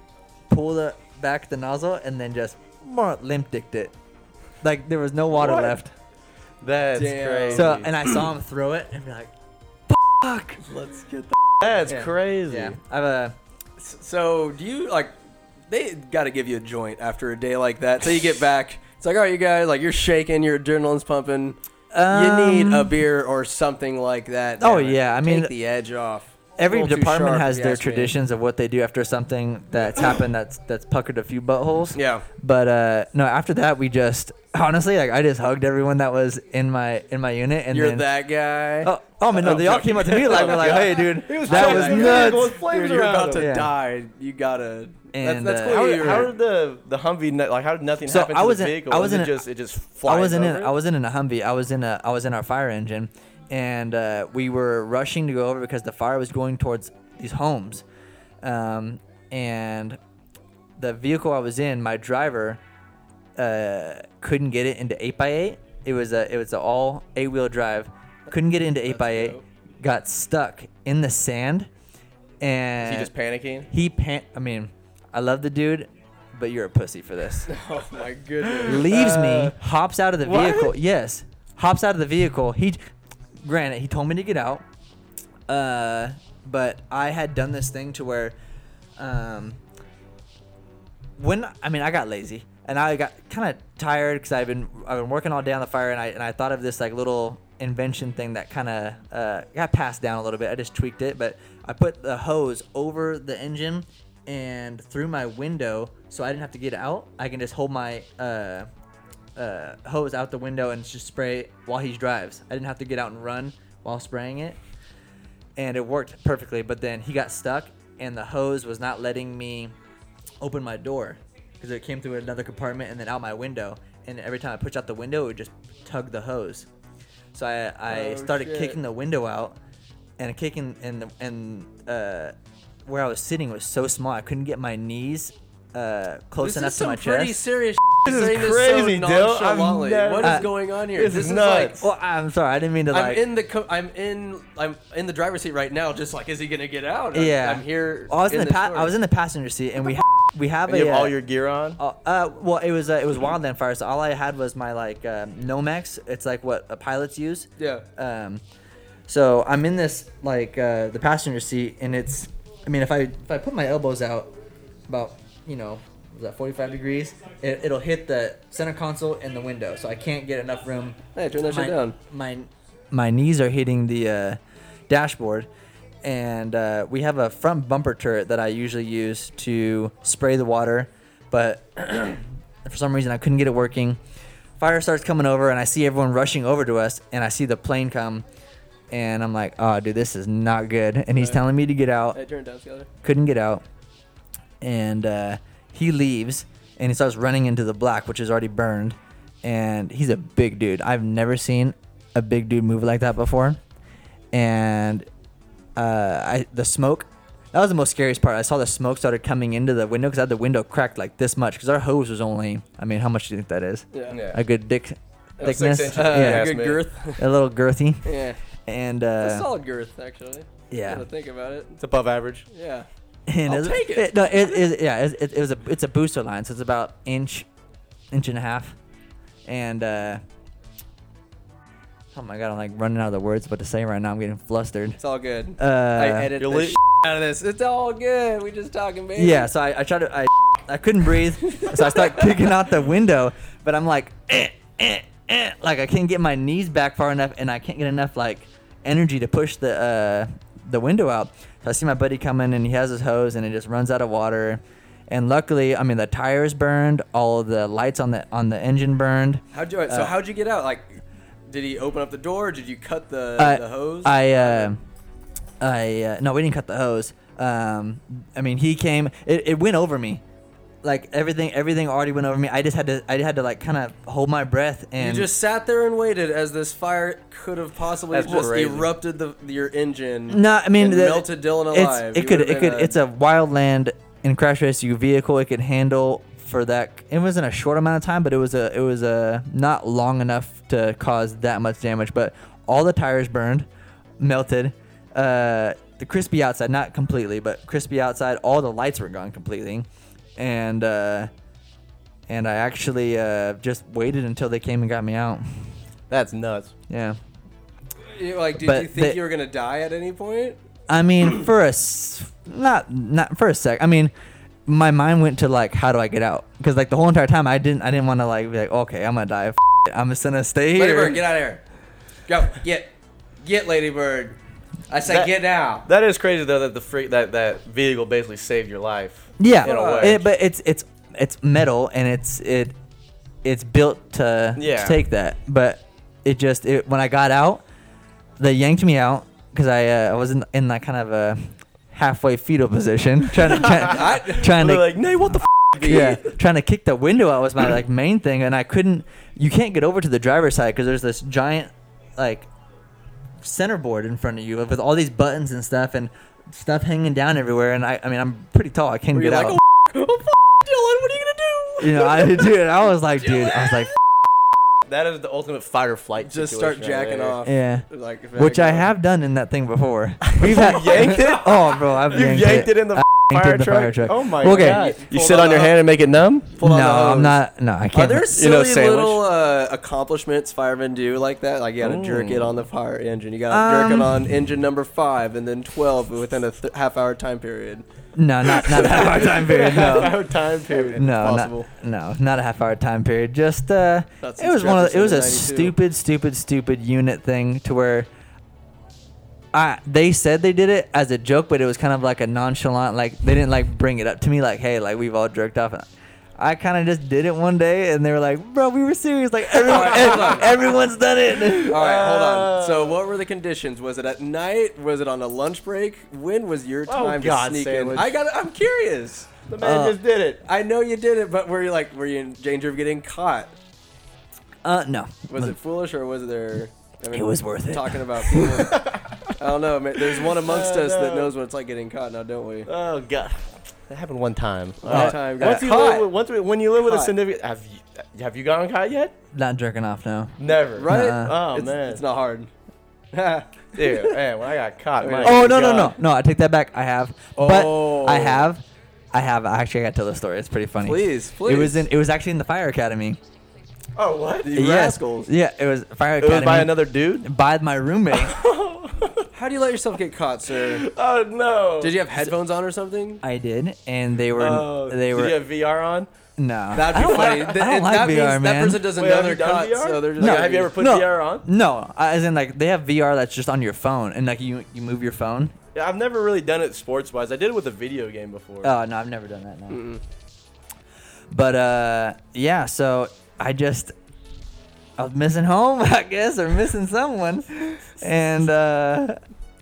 Speaker 5: pull the back the nozzle, and then just limp dicked it. Like there was no water
Speaker 4: What?
Speaker 5: left.
Speaker 4: That's
Speaker 1: Damn.
Speaker 4: crazy.
Speaker 5: So and I saw him throw it and be like, "Fuck!"
Speaker 1: Let's get. The-
Speaker 4: that's
Speaker 5: yeah.
Speaker 4: crazy.
Speaker 5: Yeah, I've a
Speaker 1: so do you like? They got to give you a joint after a day like that. So you get back. It's like, all right, you guys, like you're shaking, your adrenaline's pumping. you need a
Speaker 5: Um,
Speaker 1: beer or something like that.
Speaker 5: Oh,
Speaker 1: damn it.
Speaker 5: yeah, I mean-
Speaker 1: take the edge off.
Speaker 5: every
Speaker 1: A little too
Speaker 5: department
Speaker 1: sharp,
Speaker 5: has
Speaker 1: if you
Speaker 5: their
Speaker 1: ask me.
Speaker 5: traditions of what they do after something that's happened that's that's puckered a few buttholes.
Speaker 1: Yeah.
Speaker 5: But uh no, after that we just honestly like I just hugged everyone that was in my in my unit and
Speaker 1: You're
Speaker 5: then
Speaker 1: that guy.
Speaker 5: Oh, oh man, no, they all came up to me like, were like, "Hey, dude, that
Speaker 4: trying
Speaker 5: was
Speaker 4: to-
Speaker 5: nuts."
Speaker 4: Going flames
Speaker 1: Dude, you're
Speaker 4: around
Speaker 1: about
Speaker 4: him.
Speaker 1: to
Speaker 5: Yeah.
Speaker 1: die. You gotta.
Speaker 5: And,
Speaker 1: that's, that's
Speaker 5: uh,
Speaker 1: cool.
Speaker 4: How,
Speaker 1: you're-
Speaker 4: how did the the Humvee not- like how did nothing
Speaker 5: So
Speaker 4: happen
Speaker 5: I
Speaker 4: to
Speaker 5: wasn't-
Speaker 4: the vehicle?
Speaker 5: I
Speaker 4: Was
Speaker 5: wasn't-
Speaker 4: it just it just flies
Speaker 5: I wasn't in.
Speaker 4: over?
Speaker 5: I wasn't in a Humvee. I was in a. I was in our fire engine, and uh, we were rushing to go over because the fire was going towards these homes, um, and the vehicle I was in, my driver, uh, couldn't get it into eight x eight. It was a. It was an all eight wheel drive. Couldn't get it into eight x eight.
Speaker 1: dope.
Speaker 5: Got stuck in the sand, and
Speaker 4: He just panicking.
Speaker 5: he pan. I mean, I love the dude, but you're a pussy for this.
Speaker 1: Oh my goodness.
Speaker 5: Leaves me, hops out of the vehicle. Yes, hops out of the vehicle. He, granted, he told me to get out, uh, but I had done this thing to where, um, when I mean I got lazy and I got kind of tired because I've been I've been working all day on the fire and I and I thought of this like little invention thing that kind of uh, got passed down a little bit. I just tweaked it, but I put the hose over the engine and through my window so I didn't have to get out. I can just hold my uh, uh, hose out the window and just spray while he drives. I didn't have to get out and run while spraying it and it worked perfectly. But then he got stuck, and the hose was not letting me open my door because it came through another compartment and then out my window. And every time I pushed out the window, it would just tug the hose. So I, I
Speaker 1: Oh,
Speaker 5: started
Speaker 1: shit.
Speaker 5: kicking the window out, and kicking and the, and uh, where I was sitting was so small I couldn't get my knees uh, close
Speaker 1: This
Speaker 5: enough
Speaker 1: is
Speaker 5: to
Speaker 1: some
Speaker 5: my
Speaker 1: pretty
Speaker 5: chest.
Speaker 1: serious.
Speaker 4: This is
Speaker 1: saying
Speaker 4: crazy,
Speaker 1: so
Speaker 4: Dale. I've
Speaker 1: nonchalantly.
Speaker 4: never-
Speaker 1: what is
Speaker 5: Uh,
Speaker 1: going on here?
Speaker 4: this is nuts.
Speaker 5: Well, I'm sorry, I didn't mean to
Speaker 1: like,
Speaker 5: like.
Speaker 1: I'm in the co- I'm in I'm in the driver's seat right now. Just like, is he gonna get out? I'm,
Speaker 5: yeah,
Speaker 1: I'm here.
Speaker 5: Well, I was in, the
Speaker 1: this
Speaker 5: pa-
Speaker 1: story.
Speaker 5: I was in the passenger seat, and we ha- we have
Speaker 4: And
Speaker 5: a
Speaker 4: you have
Speaker 5: uh,
Speaker 4: all your gear on.
Speaker 5: Uh, uh, well, it was uh, it was wildland fire, so all I had was my like um, Nomex. It's like what uh, pilots use.
Speaker 1: Yeah.
Speaker 5: Um, so I'm in this like uh, the passenger seat, and it's, I mean, if I if I put my elbows out, about you know, was that 45 degrees? It, it'll hit the center console and the window, so I can't get enough room.
Speaker 1: Hey, turn that
Speaker 5: my,
Speaker 1: shit down.
Speaker 5: My my knees are hitting the uh, dashboard, and uh, we have a front bumper turret that I usually use to spray the water, but for some reason I couldn't get it working. Fire starts coming over, and I see everyone rushing over to us, and I see the plane come, and I'm like, "Oh, dude, this is not good." And he's telling me to get out.
Speaker 1: Hey, turn it down, Skyler.
Speaker 5: Couldn't get out, and uh, he leaves, and he starts running into the black, which is already burned. And he's a big dude. I've never seen a big dude move like that before, and uh, I the smoke. That was the most scariest part. I saw the smoke started coming into the window because I had the window cracked like this much because our hose was only. I mean, how much do you think that is?
Speaker 1: Yeah.
Speaker 4: Yeah.
Speaker 5: a good dick
Speaker 4: was six
Speaker 5: thickness.
Speaker 4: inches.
Speaker 1: Uh,
Speaker 5: yeah,
Speaker 1: good
Speaker 4: man.
Speaker 1: girth.
Speaker 5: a little girthy.
Speaker 1: yeah.
Speaker 5: And
Speaker 1: It's
Speaker 5: uh,
Speaker 1: a solid girth, actually.
Speaker 5: yeah.
Speaker 1: Now that I think about it.
Speaker 4: It's above average.
Speaker 1: Yeah.
Speaker 5: and
Speaker 1: I'll
Speaker 5: it's-
Speaker 1: take it.
Speaker 5: no, it is yeah. It, it, it was a it's a booster line, so it's about inch, inch and a half, and uh, oh my god, I'm like running out of the words what to say right now. I'm getting flustered.
Speaker 1: It's all good.
Speaker 5: Uh,
Speaker 1: I edit the
Speaker 4: you'll
Speaker 1: shit out of this. It's all good. We just talking, baby.
Speaker 5: Yeah, so I, I tried to I I couldn't breathe, so I start kicking out the window, but I'm like, eh, eh, eh. like I can't get my knees back far enough, and I can't get enough like energy to push the uh, the window out. So I see my buddy coming, and he has his hose, and it just runs out of water. And luckily, I mean, the tires burned, all the lights on the on the engine burned.
Speaker 1: How'd you?
Speaker 5: Uh,
Speaker 1: So how'd you get out? Like, did he open up the door? Did you cut the,
Speaker 5: I-
Speaker 1: the hose?
Speaker 5: I uh, I uh, no, we didn't cut the hose. Um, I mean, he came. It, it went over me, like everything. Everything already went over me. I just had to. I had to like kind of hold my breath
Speaker 1: you
Speaker 5: and
Speaker 1: just sat there and waited as this fire could have possibly
Speaker 4: That's
Speaker 1: just
Speaker 4: crazy.
Speaker 1: erupted the your engine.
Speaker 5: no. I mean,
Speaker 1: and
Speaker 5: the-
Speaker 1: melted Dylan alive.
Speaker 5: it's-
Speaker 1: You
Speaker 5: it could.
Speaker 1: would've
Speaker 5: It could.
Speaker 1: been
Speaker 5: It's a wildland and crash rescue vehicle. It could handle for that. It wasn't a short amount of time, but it was a. It was a not long enough to cause that much damage. But all the tires burned, melted. Uh, the crispy outside, not completely, but crispy outside. All the lights were gone completely, and uh, and I actually uh, just waited until they came and got me out.
Speaker 4: That's nuts.
Speaker 5: Yeah.
Speaker 1: You- like, did
Speaker 5: but
Speaker 1: you think
Speaker 5: the-
Speaker 1: you were gonna die at any point?
Speaker 5: I mean, for a s- not not for a sec. I mean, my mind went to like, how do I get out? Because like the whole entire time, I didn't I didn't want to like be like, okay, I'm gonna die. F- it. I'm just gonna stay here.
Speaker 1: Ladybird, get out of here. Go get get Ladybird. I say
Speaker 4: That-
Speaker 1: get now.
Speaker 4: That is crazy though that the freak that that vehicle basically saved your life. In a
Speaker 5: yeah,
Speaker 4: way.
Speaker 5: it- but it's it's it's metal and it's it it's built to, to
Speaker 4: Yeah.
Speaker 5: take that. But it just it, when I got out, they yanked me out because I uh, I was in, in that kind of a halfway fetal position, trying to trying, trying
Speaker 4: They're
Speaker 5: to
Speaker 4: like, Nate, what the? F-?
Speaker 5: yeah, trying to kick the window out was my like main thing, and I couldn't. You can't get over to the driver's side because there's this giant like centerboard in front of you with all these buttons and stuff and stuff hanging down everywhere. And I, I mean, I'm pretty tall. I can't
Speaker 1: Were you
Speaker 5: get
Speaker 1: like,
Speaker 5: out.
Speaker 1: oh, oh, f- Dylan, what are you gonna do?
Speaker 5: you know, I dude, I was like, dude, I was like,
Speaker 4: That is the ultimate fight or flight.
Speaker 1: Just start
Speaker 4: situation right
Speaker 1: jacking
Speaker 4: there.
Speaker 1: off.
Speaker 5: yeah.
Speaker 1: Like, if
Speaker 5: Which I
Speaker 1: go-
Speaker 5: have done in that thing before. We've had
Speaker 4: yanked it?
Speaker 5: Oh, bro, I've
Speaker 4: You
Speaker 5: yanked,
Speaker 4: yanked it in the f- fire
Speaker 5: the
Speaker 4: truck?
Speaker 5: fire truck.
Speaker 4: Oh my
Speaker 5: okay.
Speaker 4: god. You
Speaker 1: Pulled
Speaker 4: sit
Speaker 1: on
Speaker 4: on
Speaker 1: the
Speaker 4: your
Speaker 1: hook.
Speaker 4: hand and make it numb?
Speaker 1: Pull
Speaker 5: No,
Speaker 1: on the hose.
Speaker 5: I'm not. No, I
Speaker 1: Are
Speaker 5: can't.
Speaker 1: there
Speaker 4: You know,
Speaker 1: silly
Speaker 4: sandwich?
Speaker 1: little uh, accomplishments firemen do like that? Like you gotta jerk it on the fire engine. You gotta jerk it
Speaker 5: Um,
Speaker 1: on engine number five and then twelve within a th- half hour time period.
Speaker 5: No, not not a half hour time period. No,
Speaker 4: Our time period.
Speaker 5: no,
Speaker 1: possible.
Speaker 5: not, no, not a half hour time period. Just uh,
Speaker 1: Not since
Speaker 5: it was one of the, it was a
Speaker 1: Jefferson in 92.
Speaker 5: stupid, stupid, stupid unit thing to where. I, they said they did it as a joke, but it was kind of like a nonchalant, like they didn't like bring it up to me, like hey, like we've all jerked off. I kind of just did it one day, and they were like, bro, we were serious, like everyone, ev- everyone's done it.
Speaker 1: All right, hold
Speaker 4: Uh.
Speaker 1: on. So, what were the conditions? Was it at night? Was it on a lunch break? When was your
Speaker 4: Oh,
Speaker 1: time
Speaker 4: God,
Speaker 1: to sneak
Speaker 4: sandwich.
Speaker 1: in? I got. I'm curious.
Speaker 4: The man just did it.
Speaker 1: I know you did it, but were you like, were you in danger of getting caught?
Speaker 5: Uh, no,
Speaker 1: Was it foolish or was there? I mean,
Speaker 5: It was worth it.
Speaker 1: Talking about people. I don't know. man, There's one amongst
Speaker 4: Uh,
Speaker 1: us that knows what it's like getting caught now, don't we?
Speaker 4: Oh god. That happened one time. Uh,
Speaker 1: One time, got
Speaker 4: Once you
Speaker 1: caught.
Speaker 4: live with, once, we- when you live with a
Speaker 1: Caught.
Speaker 4: significant have you have you gotten caught yet?
Speaker 5: not jerking off, no.
Speaker 4: Never.
Speaker 1: Right?
Speaker 4: Oh
Speaker 1: it's,
Speaker 4: man.
Speaker 1: it's not hard. oh,
Speaker 4: Dude, man, when I got caught. my
Speaker 5: Oh no no
Speaker 4: God.
Speaker 5: no no! I take that back. I have,
Speaker 1: Oh.
Speaker 5: but I have, I have. Actually, I got to tell the story. It's pretty funny.
Speaker 1: Please,
Speaker 5: It was
Speaker 1: please.
Speaker 5: in. It was actually in the fire academy.
Speaker 4: Oh what?
Speaker 1: You
Speaker 5: Yeah.
Speaker 1: rascals.
Speaker 5: Yeah, it was fire
Speaker 4: It
Speaker 5: academy.
Speaker 4: was by another dude?
Speaker 5: by my roommate.
Speaker 1: How do you let yourself get caught, sir?
Speaker 4: Oh no.
Speaker 1: Did you have headphones on or something?
Speaker 5: I did, and they were.
Speaker 4: Oh,
Speaker 5: they were.
Speaker 4: Did you have VR on?
Speaker 5: no.
Speaker 1: That'd
Speaker 5: I
Speaker 1: be
Speaker 5: don't
Speaker 1: funny.
Speaker 5: Like,
Speaker 1: Th-
Speaker 5: I don't like
Speaker 1: that
Speaker 5: VR,
Speaker 1: means
Speaker 5: man.
Speaker 1: that person doesn't
Speaker 4: Wait,
Speaker 1: know
Speaker 4: have
Speaker 1: they're
Speaker 4: you done
Speaker 1: caught,
Speaker 4: VR?
Speaker 1: so they're just
Speaker 4: No.
Speaker 1: like,
Speaker 4: Have you ever put
Speaker 5: no,
Speaker 4: VR on?
Speaker 5: No, I- as in like they have VR that's just on your phone, and like you you move your phone.
Speaker 4: Yeah, I've never really done it sports wise. I did it with a video game before.
Speaker 5: Oh no, I've never done that. No. But uh, yeah, so I just I was missing home, I guess, or missing someone, and uh,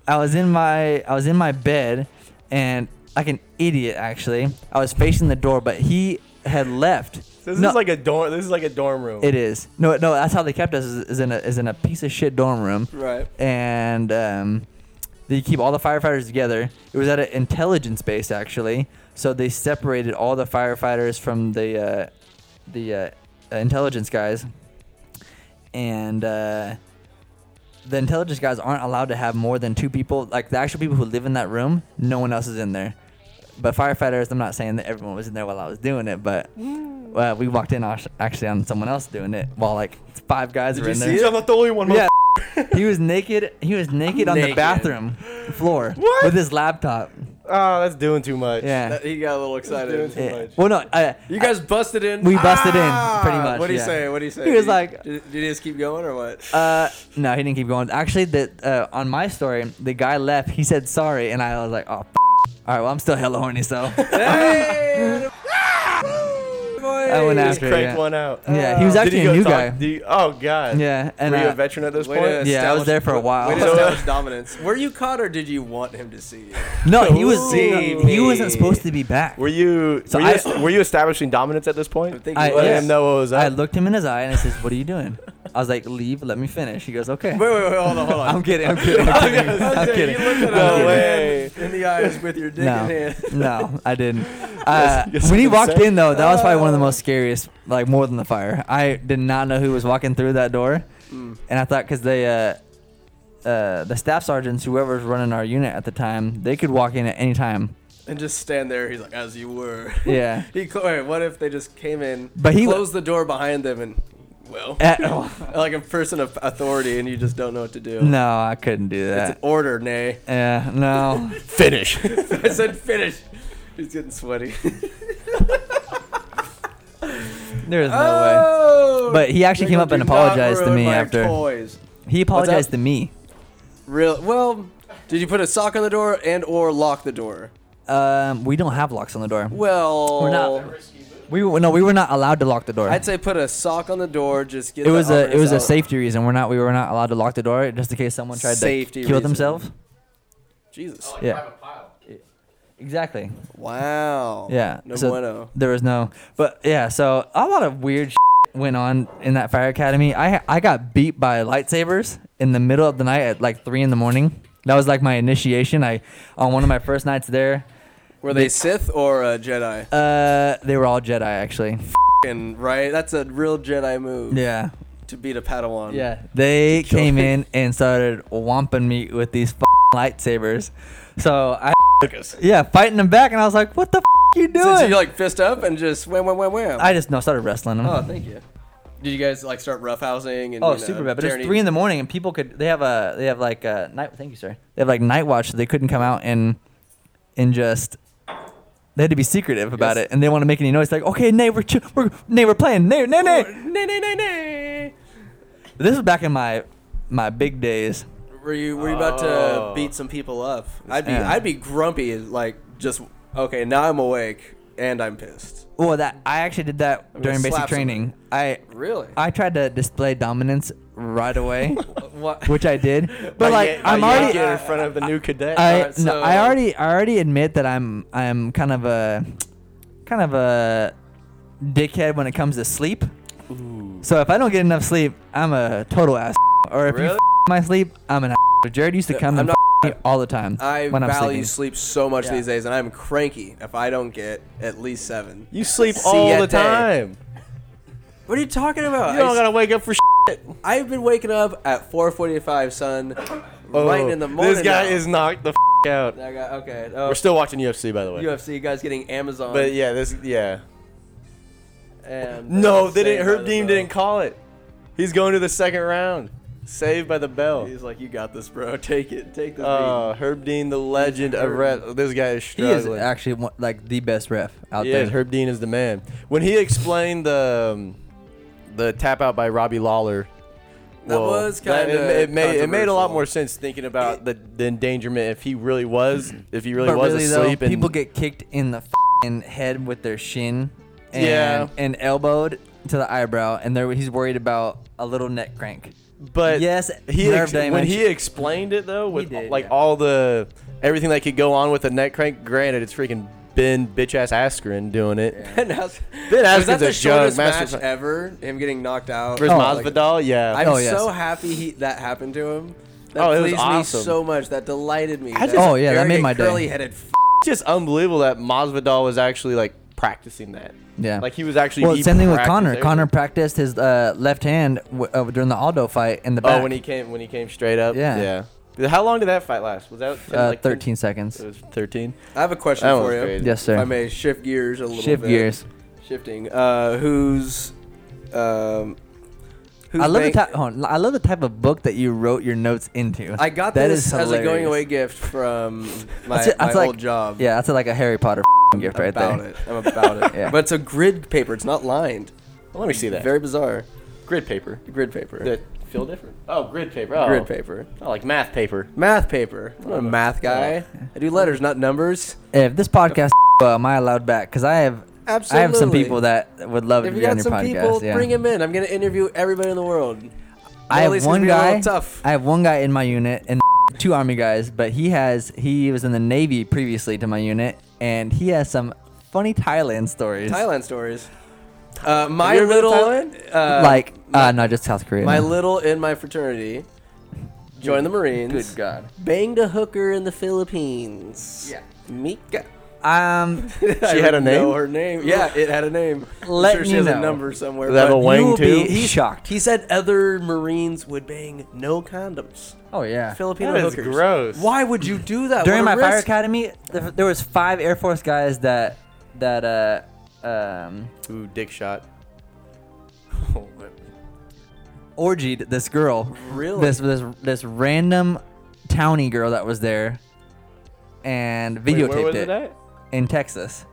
Speaker 5: I was in my I was in my bed, and like an idiot, actually, I was facing the door, but he had left.
Speaker 4: So this
Speaker 5: No,
Speaker 4: is like a dorm. This is like a dorm room.
Speaker 5: it is no no. That's how they kept us is, is in a is in a piece of shit dorm room
Speaker 1: Right.
Speaker 5: and um, they keep all the firefighters together. It was at an intelligence base actually, so they separated all the firefighters from the uh, the uh, intelligence guys, and uh, the intelligence guys aren't allowed to have more than two people. Like the actual people who live in that room, no one else is in there. But firefighters, I'm not saying that everyone was in there while I was doing it, but uh, we walked in act- actually on someone else doing it while like five guys were
Speaker 4: You
Speaker 5: in
Speaker 4: see
Speaker 5: there.
Speaker 4: it? I'm not the only one.
Speaker 5: Yeah. He was naked. He was naked on the
Speaker 1: Naked.
Speaker 5: bathroom floor
Speaker 4: What?
Speaker 5: with his laptop.
Speaker 4: Oh, that's doing too much.
Speaker 5: Yeah.
Speaker 1: That- he got a little
Speaker 4: doing
Speaker 1: excited.
Speaker 4: too
Speaker 5: Yeah.
Speaker 4: much.
Speaker 5: Well, no. Uh,
Speaker 1: You guys busted in.
Speaker 5: we busted in pretty
Speaker 1: Ah!
Speaker 5: much.
Speaker 1: What do you
Speaker 5: yeah.
Speaker 1: say? What do you say?
Speaker 5: He was
Speaker 1: Did
Speaker 5: like-
Speaker 1: did, did he just keep going or what?
Speaker 5: Uh, no, he didn't keep going. Actually, that uh, on my story, the guy left. He said sorry, and I was like, oh. F-. All right, well, I'm still hella horny, so
Speaker 1: hey,
Speaker 5: I went
Speaker 4: Just
Speaker 5: after it.
Speaker 4: cranked
Speaker 5: Yeah.
Speaker 4: one out. Oh.
Speaker 5: Yeah, he was
Speaker 4: Did
Speaker 5: actually
Speaker 4: go
Speaker 5: a new
Speaker 4: talk-
Speaker 5: guy.
Speaker 4: do you- oh God.
Speaker 5: Yeah, and
Speaker 4: Were you
Speaker 5: uh,
Speaker 4: a veteran at this
Speaker 1: way to
Speaker 4: point?
Speaker 5: Yeah, I was
Speaker 1: establish-
Speaker 5: there for a while.
Speaker 1: Way to
Speaker 4: So-
Speaker 1: establish dominance. Were you caught or did you want him to see you?
Speaker 5: no, he was
Speaker 1: Ooh.
Speaker 5: he wasn't supposed to be back.
Speaker 4: Were you?
Speaker 5: So
Speaker 4: were, you
Speaker 5: I-
Speaker 4: est- were you establishing dominance at this point?
Speaker 1: think
Speaker 5: I-
Speaker 1: he was.
Speaker 4: Let
Speaker 5: yes.
Speaker 4: him know what was up.
Speaker 5: I looked him in his eye and I says, "What are you doing?" I was like, "Leave, let me finish." He goes, "Okay."
Speaker 1: Wait, wait, wait, hold on, hold on.
Speaker 5: I'm kidding. I'm kidding. I'm kidding. I'm
Speaker 1: Okay,
Speaker 5: kidding.
Speaker 1: You looked at
Speaker 4: No
Speaker 1: another
Speaker 4: way.
Speaker 1: man in the eyes with your dick in
Speaker 5: No,
Speaker 1: hand.
Speaker 5: no, I didn't. Uh,
Speaker 4: yes,
Speaker 5: when he
Speaker 4: I'm
Speaker 5: walked
Speaker 4: saying.
Speaker 5: in, though, that was probably one of the
Speaker 1: Oh.
Speaker 5: most scariest, like more than the fire. I did not know who was walking through that door,
Speaker 1: Mm.
Speaker 5: and I thought because they, uh, uh, the staff sergeants, whoever was running our unit at the time, they could walk in at any time.
Speaker 1: And just stand there. He's like, as you were.
Speaker 5: Yeah.
Speaker 1: he. Cl- wait, what if they just came in,
Speaker 5: But he-
Speaker 1: closed the door behind them, and well,
Speaker 5: Eh, oh,
Speaker 1: like a person of authority, and you just don't know what to do.
Speaker 5: no, I couldn't do
Speaker 1: It's an
Speaker 5: that.
Speaker 1: order, nay.
Speaker 5: Yeah, no.
Speaker 4: finish.
Speaker 1: I said finish. He's getting sweaty.
Speaker 5: There's no way.
Speaker 1: Oh,
Speaker 5: But he actually
Speaker 1: Jacob,
Speaker 5: came up and
Speaker 1: do not
Speaker 5: apologized to
Speaker 1: ruin
Speaker 5: me
Speaker 1: my
Speaker 5: after.
Speaker 1: Toys.
Speaker 5: He apologized to me.
Speaker 1: Real well. Did you put a sock on the door and or lock the door?
Speaker 5: Um, we don't have locks on the door.
Speaker 1: Well,
Speaker 5: We're not. We were- no, we were not allowed to lock the door.
Speaker 1: I'd say put a sock on the door. Just get
Speaker 5: it
Speaker 1: the
Speaker 5: was a it
Speaker 1: others
Speaker 5: was a
Speaker 1: out.
Speaker 5: safety reason. We're not we were not allowed to lock the door just in case someone tried
Speaker 1: Safety
Speaker 5: to kill
Speaker 1: reason.
Speaker 5: themselves.
Speaker 1: Jesus.
Speaker 5: Yeah. Exactly.
Speaker 1: Wow.
Speaker 5: Yeah.
Speaker 1: No
Speaker 5: so
Speaker 1: bueno.
Speaker 5: There was no. But yeah, so a lot of weird shit went on in that fire academy. I I got beat by lightsabers in the middle of the night at like three in the morning. That was like my initiation. I on one of my first nights there.
Speaker 1: Were they Sith or a Jedi?
Speaker 5: Uh, they were all Jedi actually.
Speaker 1: F***ing right. That's a real Jedi move.
Speaker 5: Yeah.
Speaker 1: To beat a Padawan.
Speaker 5: Yeah, they
Speaker 1: Sure.
Speaker 5: came in and started whomping me with these f- lightsabers. So I
Speaker 4: Lucas.
Speaker 5: yeah, fighting him back, and I was like, "What the f- you doing?"
Speaker 1: Did you like fist up and just wham wham wham wham?
Speaker 5: I just no started wrestling him.
Speaker 1: oh, thank you. Did you guys like start roughhousing and?
Speaker 5: Oh,
Speaker 1: you know,
Speaker 5: super bad. But it was
Speaker 1: tearing
Speaker 5: three
Speaker 1: each-
Speaker 5: in the morning, and people could they have a they have like a night. Thank you, sir. They have like night watch, so they couldn't come out and and just they had to be secretive about
Speaker 1: Yes.
Speaker 5: it, and they want to make any noise. Like, okay, nay, we're ch- we're nay, we're playing nay, nay, nay.
Speaker 1: Nay nay nay nay.
Speaker 5: This was back in my my big days.
Speaker 1: Were you were you about to beat some people up? I'd be
Speaker 5: Yeah.
Speaker 1: I'd be grumpy as, like just okay now I'm awake and I'm pissed.
Speaker 5: Well, that I actually did that during basic
Speaker 1: slap somebody.
Speaker 5: training. I
Speaker 1: Really?
Speaker 5: I tried to display dominance right away,
Speaker 1: Uh, what?
Speaker 5: which I did. But
Speaker 4: By
Speaker 5: like,
Speaker 4: yan- by
Speaker 5: I'm already
Speaker 4: yanking it in front of the new cadet.
Speaker 5: I
Speaker 1: Alright,
Speaker 5: no, I
Speaker 1: so-
Speaker 5: already I already admit that I'm I'm kind of a kind of a dickhead when it comes to sleep. So if I don't get enough sleep, I'm a total ass. Or if you
Speaker 1: Really?
Speaker 5: f- my sleep, I'm an ass. Jared used to come
Speaker 1: I'm
Speaker 5: and
Speaker 1: not-
Speaker 5: f- me all the time
Speaker 1: I
Speaker 5: when I'm
Speaker 1: value sleep
Speaker 5: sleeping.
Speaker 1: so much
Speaker 5: Yeah.
Speaker 1: these days, and I'm cranky if I don't get at least seven.
Speaker 4: you sleep
Speaker 1: See ya
Speaker 4: all the
Speaker 1: day.
Speaker 4: time.
Speaker 1: What are you talking about?
Speaker 4: You don't gotta wake up for. Shit.
Speaker 1: I, have been waking up at 4:45, son, right in the morning.
Speaker 4: Oh, This guy
Speaker 1: now.
Speaker 4: is knocked the f- out.
Speaker 1: I got, okay. Oh,
Speaker 4: We're still watching UFC, by the way.
Speaker 1: UFC guys getting Amazon.
Speaker 4: But yeah, this yeah.
Speaker 1: and
Speaker 4: No,
Speaker 1: uh,
Speaker 4: they
Speaker 1: Saved
Speaker 4: didn't.
Speaker 1: by
Speaker 4: Herb
Speaker 1: the
Speaker 4: Dean
Speaker 1: Bell.
Speaker 4: didn't call it. He's going to the second round. Saved by the bell.
Speaker 1: He's like, you got this, bro. Take it. Take this.
Speaker 4: Oh, Herb Dean, the legend of re- This guy is
Speaker 5: he is
Speaker 4: struggling.
Speaker 5: actually one, like the best ref out
Speaker 4: Yeah,
Speaker 5: there.
Speaker 4: Herb Dean is the man. When he explained the um, the tap out by Robbie Lawler,
Speaker 1: That
Speaker 4: well,
Speaker 1: was
Speaker 4: that-
Speaker 1: kinda
Speaker 4: it, it made it made a lot
Speaker 1: controversial.
Speaker 4: more sense thinking about the, the endangerment if he really was if he really
Speaker 5: but
Speaker 4: was
Speaker 5: really though,
Speaker 4: asleep and
Speaker 5: people get kicked in the fing head with their shin, and,
Speaker 4: Yeah.
Speaker 5: and elbowed to the eyebrow, and they're, he's worried about a little neck crank.
Speaker 4: But
Speaker 5: Yes,
Speaker 4: he
Speaker 5: nerve
Speaker 4: ex- when
Speaker 5: damage.
Speaker 4: he explained it though, with
Speaker 5: did,
Speaker 4: like
Speaker 5: yeah.
Speaker 4: all the everything that could go on with a neck crank. Granted, it's freaking Ben bitch ass Askren doing it.
Speaker 1: Ben Askren's
Speaker 4: Ben
Speaker 1: was that
Speaker 4: Askren's
Speaker 1: the
Speaker 4: a
Speaker 1: shortest
Speaker 4: joke,
Speaker 1: match
Speaker 4: master-
Speaker 1: ever? Him getting knocked out.
Speaker 4: Versus
Speaker 5: Oh, like-
Speaker 4: Masvidal, yeah.
Speaker 1: I'm
Speaker 5: Oh, yes.
Speaker 1: so happy he, that happened to him. That
Speaker 4: Oh, it was
Speaker 1: pleased
Speaker 4: awesome.
Speaker 1: me so much. That delighted me.
Speaker 4: I
Speaker 1: That
Speaker 4: just-
Speaker 5: Oh, yeah, that made
Speaker 1: arrogant,
Speaker 5: my day.
Speaker 1: Curly-headed. F-
Speaker 4: It's just unbelievable that Masvidal was actually like practicing that.
Speaker 5: Yeah.
Speaker 4: like he was actually.
Speaker 5: Well,
Speaker 4: he
Speaker 5: same thing with
Speaker 4: practiced
Speaker 5: Connor.
Speaker 4: everything.
Speaker 5: Connor practiced his uh, left hand w- uh, during the Aldo fight in the
Speaker 4: Oh,
Speaker 5: back.
Speaker 4: when he came when he came straight up.
Speaker 5: Yeah.
Speaker 4: yeah. How long did that fight last? Was that
Speaker 5: uh,
Speaker 4: like
Speaker 5: 13
Speaker 4: It
Speaker 5: seconds.
Speaker 4: was thirteen.
Speaker 1: I have a question
Speaker 4: That
Speaker 1: for
Speaker 4: was
Speaker 1: you.
Speaker 4: crazy.
Speaker 5: Yes,
Speaker 1: If I
Speaker 5: sir.
Speaker 1: may shift gears a little
Speaker 5: Shift
Speaker 1: bit.
Speaker 5: gears.
Speaker 1: Shifting. Uh, who's, um, who's
Speaker 5: I love the
Speaker 1: bank-
Speaker 5: type. Hold on. I love the type of book that you wrote your notes into.
Speaker 1: I got
Speaker 5: That
Speaker 1: this
Speaker 5: is
Speaker 1: as a going
Speaker 5: hilarious.
Speaker 1: away gift from my,
Speaker 5: That's it-
Speaker 1: my
Speaker 5: that's like-
Speaker 1: old job.
Speaker 5: Yeah, that's like a Harry Potter gift right
Speaker 1: about
Speaker 5: there.
Speaker 1: it. I'm about it.
Speaker 5: Yeah.
Speaker 1: But it's a grid paper. It's not lined.
Speaker 4: Well, let me see that.
Speaker 1: Very bizarre.
Speaker 4: grid paper.
Speaker 1: Grid paper.
Speaker 4: That feel different. Oh, grid paper. Oh.
Speaker 1: Grid paper.
Speaker 4: Oh, like math paper.
Speaker 1: Math paper. I'm not a math guy. I do letters, not numbers.
Speaker 5: If this podcast, uh, am I allowed back? Because I have, I have some
Speaker 1: Absolutely.
Speaker 5: people that would love
Speaker 1: If
Speaker 5: to
Speaker 1: you
Speaker 5: be
Speaker 1: got
Speaker 5: on your
Speaker 1: some
Speaker 5: podcast.
Speaker 1: people,
Speaker 5: yeah.
Speaker 1: bring him in. I'm gonna interview everybody in the world.
Speaker 5: I
Speaker 1: Well, at least
Speaker 5: have
Speaker 1: he's
Speaker 5: one
Speaker 1: being a little
Speaker 5: guy.
Speaker 1: tough.
Speaker 5: I have one guy in my unit and two army guys, but he has he was in the navy previously to my unit, and he has some funny Thailand stories.
Speaker 1: Thailand stories. Uh, my
Speaker 4: you ever been to
Speaker 1: little, uh,
Speaker 5: like uh, no, just South Korea.
Speaker 1: my
Speaker 5: no.
Speaker 1: little in my fraternity joined the Marines.
Speaker 5: God.
Speaker 1: Banged a hooker in the Philippines.
Speaker 5: Yeah.
Speaker 1: Mika.
Speaker 5: Um,
Speaker 4: She had a name?
Speaker 1: Know her name. Yeah, it had a name. I'm
Speaker 5: Let
Speaker 1: sure she
Speaker 5: me
Speaker 1: has a
Speaker 5: know.
Speaker 1: number somewhere.
Speaker 4: Does that have
Speaker 1: but
Speaker 4: a wang
Speaker 5: you will
Speaker 4: too?
Speaker 5: be he's shocked.
Speaker 1: He said other Marines would bang no condoms.
Speaker 5: Oh yeah.
Speaker 1: Filipino
Speaker 4: That is
Speaker 1: hookers.
Speaker 4: gross.
Speaker 1: Why would you do that?
Speaker 5: During my
Speaker 1: What a
Speaker 5: fire
Speaker 1: risk.
Speaker 5: academy, th- there was five Air Force guys that that uh um
Speaker 4: Ooh, dick shot.
Speaker 5: orgied this girl.
Speaker 1: Really?
Speaker 5: This this this random townie girl that was there, and videotaped
Speaker 4: where was
Speaker 5: it,
Speaker 4: it at?
Speaker 5: in Texas.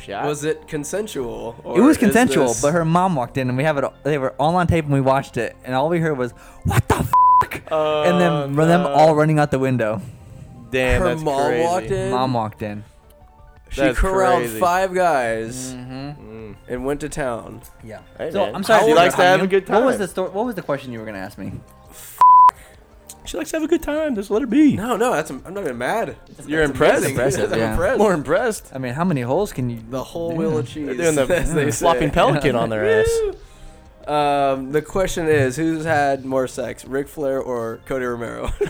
Speaker 4: Shot.
Speaker 1: Was it consensual?
Speaker 5: It
Speaker 1: or
Speaker 5: was
Speaker 1: is
Speaker 5: consensual,
Speaker 1: this-
Speaker 5: but her mom walked in and we have it. They were all on tape and we watched it, and all we heard was "What the fuck," and then
Speaker 4: Oh,
Speaker 5: them
Speaker 4: no.
Speaker 5: all running out the window.
Speaker 4: Damn,
Speaker 1: her
Speaker 4: that's
Speaker 1: mom
Speaker 4: crazy.
Speaker 1: walked in.
Speaker 5: Mom walked in.
Speaker 1: she
Speaker 4: That's
Speaker 1: corralled
Speaker 4: crazy. Mm-hmm.
Speaker 1: five guys and went to town.
Speaker 5: Yeah.
Speaker 4: Hey,
Speaker 5: so
Speaker 4: man.
Speaker 5: I'm sorry.
Speaker 4: She
Speaker 5: to
Speaker 4: likes to
Speaker 5: interrupt
Speaker 4: have
Speaker 5: you.
Speaker 4: a good
Speaker 5: What was
Speaker 4: time.
Speaker 5: the story? What was the question you were gonna ask me?
Speaker 4: She likes to have a good time. Just let her be.
Speaker 1: No, no, that's I'm not even mad.
Speaker 4: You're impressed.
Speaker 1: Impressive,
Speaker 4: I'm
Speaker 5: yeah.
Speaker 4: impressed. More impressed.
Speaker 5: I mean, how many holes can you?
Speaker 1: The whole wheel of cheese.
Speaker 4: They're doing the
Speaker 1: as they
Speaker 4: flopping
Speaker 1: say.
Speaker 4: pelican on their ass.
Speaker 1: Um, the question is, who's had more sex, Ric Flair or Cody Romero?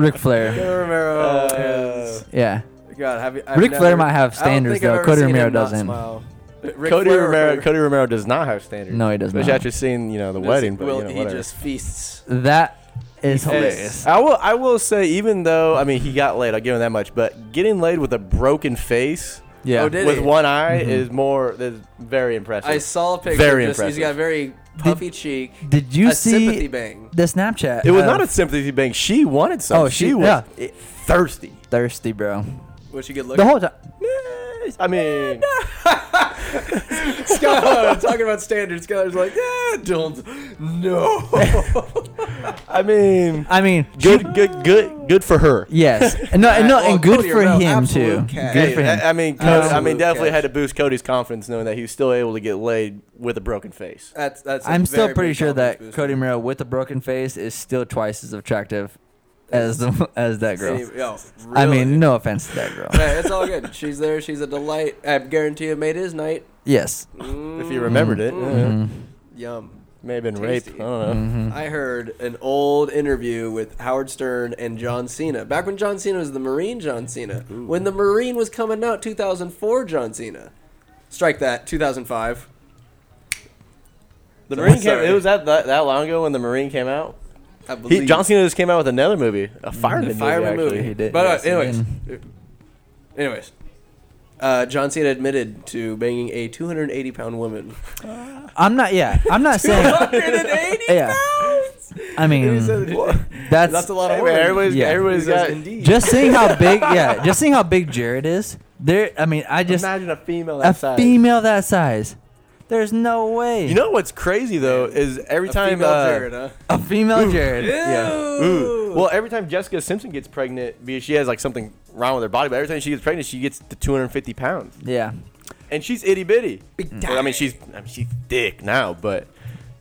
Speaker 5: Ric Flair.
Speaker 1: Cody Romero
Speaker 4: Uh,
Speaker 1: is
Speaker 5: Yeah.
Speaker 1: God. Have you, I've
Speaker 5: Ric Flair
Speaker 1: never-
Speaker 5: might have
Speaker 1: I don't
Speaker 5: standards,
Speaker 1: think I've
Speaker 5: though.
Speaker 1: ever
Speaker 5: Cody
Speaker 1: seen
Speaker 5: Romero
Speaker 1: him not
Speaker 5: doesn't.
Speaker 1: smile. Ric
Speaker 4: Cody
Speaker 1: Flair or
Speaker 4: Romero.
Speaker 1: Cody-
Speaker 4: Cody Romero does not have standards.
Speaker 5: No, he does
Speaker 4: Which
Speaker 5: not.
Speaker 4: after seeing you know the wedding, but
Speaker 1: Will-
Speaker 4: you know,
Speaker 1: he
Speaker 4: whatever.
Speaker 1: just feasts.
Speaker 5: That is
Speaker 1: hilarious.
Speaker 5: hilarious.
Speaker 4: I will. I will say, even though I mean he got laid, I'll give him that much. But getting laid with a broken face,
Speaker 5: Yeah.
Speaker 1: Oh, did
Speaker 4: with
Speaker 1: he?
Speaker 4: one eye,
Speaker 5: Mm-hmm.
Speaker 4: is more. Is very impressive.
Speaker 1: I saw a picture.
Speaker 4: Very
Speaker 1: just, He's
Speaker 4: impressive.
Speaker 1: got a very puffy cheek.
Speaker 5: Did you
Speaker 1: a sympathy
Speaker 5: see
Speaker 1: bang?
Speaker 5: the Snapchat?
Speaker 4: it was
Speaker 5: of
Speaker 4: not a sympathy bang. She wanted something.
Speaker 5: Oh, she-
Speaker 4: was
Speaker 5: yeah.
Speaker 4: i- thirsty.
Speaker 5: thirsty, bro.
Speaker 1: Was she good
Speaker 5: The
Speaker 1: looking?
Speaker 5: whole time.
Speaker 4: I mean,
Speaker 1: Skylar, talking about standards. Skylar's like, yeah, don't. No.
Speaker 4: I mean,
Speaker 5: I mean, she-
Speaker 4: good, good, good, good for her.
Speaker 5: yes, And no, and no,
Speaker 1: Well,
Speaker 5: and good
Speaker 1: Cody,
Speaker 5: for
Speaker 1: no,
Speaker 5: him
Speaker 1: absolute
Speaker 5: too.
Speaker 1: cat.
Speaker 5: Good
Speaker 4: Hey,
Speaker 5: for him.
Speaker 4: I, I mean, Cody, I
Speaker 1: Absolute
Speaker 4: mean, definitely
Speaker 1: catch.
Speaker 4: had to boost Cody's confidence knowing that he was still able to get laid with a broken face.
Speaker 1: that's that's. a
Speaker 5: I'm still
Speaker 1: very
Speaker 5: pretty
Speaker 1: big
Speaker 5: sure that
Speaker 1: confidence
Speaker 5: Cody Murrow with a broken face is still twice as attractive as the, as that
Speaker 1: boost.
Speaker 5: girl.
Speaker 1: Any- yo,
Speaker 5: I
Speaker 1: really.
Speaker 5: mean, no offense to that girl.
Speaker 1: Hey, it's all good. She's there. She's a delight. I guarantee it made his night.
Speaker 5: Yes.
Speaker 4: If he remembered it,
Speaker 1: Mm-hmm.
Speaker 4: yeah.
Speaker 1: Yum.
Speaker 4: may have been raped. I
Speaker 1: Mm-hmm. Tasty.
Speaker 4: don't
Speaker 5: Mm.
Speaker 4: know.
Speaker 1: I heard an old interview with Howard Stern and John Cena. Back when John Cena was the Marine John Cena. When the Marine was coming out, 2004 John Cena. Strike that, 2005.
Speaker 4: The
Speaker 1: So
Speaker 4: Marine
Speaker 1: I'm
Speaker 4: came.
Speaker 1: sorry.
Speaker 4: It was that, that that long ago when the Marine came out.
Speaker 1: I
Speaker 4: He,
Speaker 1: believe.
Speaker 4: John Cena just came out with another movie, a fireman movie.
Speaker 1: Mm-hmm. Fireman
Speaker 4: actually.
Speaker 1: movie.
Speaker 5: He did,
Speaker 1: But, uh,
Speaker 5: yes, he
Speaker 1: anyways. Anyways. Uh, John Cena admitted to banging a 280 pound woman.
Speaker 5: I'm not. Yeah. I'm not saying.
Speaker 1: 280
Speaker 5: Yeah. I mean, that's
Speaker 1: That's a lot of
Speaker 4: Hey, man,
Speaker 1: women.
Speaker 4: everybody's,
Speaker 5: Yeah.
Speaker 4: everybody's
Speaker 1: He goes,
Speaker 4: got.
Speaker 1: "Indeed."
Speaker 5: just seeing how big. Yeah. Just seeing how big Jared is. There. I mean, I just
Speaker 4: Imagine a female
Speaker 5: a
Speaker 4: that size.
Speaker 5: female that size. There's no way.
Speaker 4: You know what's crazy though is every
Speaker 1: A
Speaker 4: time.
Speaker 1: female
Speaker 4: Uh,
Speaker 1: Jared, huh?
Speaker 5: a female Jared.
Speaker 1: Yeah.
Speaker 4: ooh. Well, every time Jessica Simpson gets pregnant, because she has like something wrong with her body, but every time she gets pregnant, she gets to 250 pounds,
Speaker 5: Yeah.
Speaker 4: and she's itty bitty. Well, I mean, she's I mean, she's thick now, but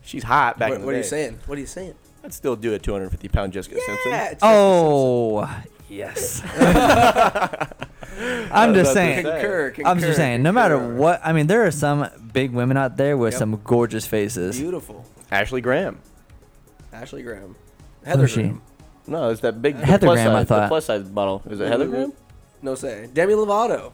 Speaker 4: she's hot back
Speaker 1: What,
Speaker 4: in the
Speaker 1: what are you
Speaker 4: day.
Speaker 1: saying? What are you saying?
Speaker 4: I'd still do a 250 pound Jessica Simpson.
Speaker 1: it's
Speaker 5: Oh. Yes. I'm just saying.
Speaker 1: Concur, concur,
Speaker 5: I'm just saying, no matter
Speaker 1: concur.
Speaker 5: what, I mean, there are some big women out there with
Speaker 1: Yep.
Speaker 5: some gorgeous faces.
Speaker 1: Beautiful.
Speaker 4: Ashley Graham.
Speaker 1: Ashley Graham. Heather
Speaker 5: she?
Speaker 1: Graham.
Speaker 4: No, it's that big the
Speaker 5: Heather
Speaker 4: plus
Speaker 5: Graham,
Speaker 4: size,
Speaker 5: I thought.
Speaker 4: The plus size bottle. Is
Speaker 1: Mm-hmm.
Speaker 4: it Heather Graham?
Speaker 1: No say. Demi Lovato.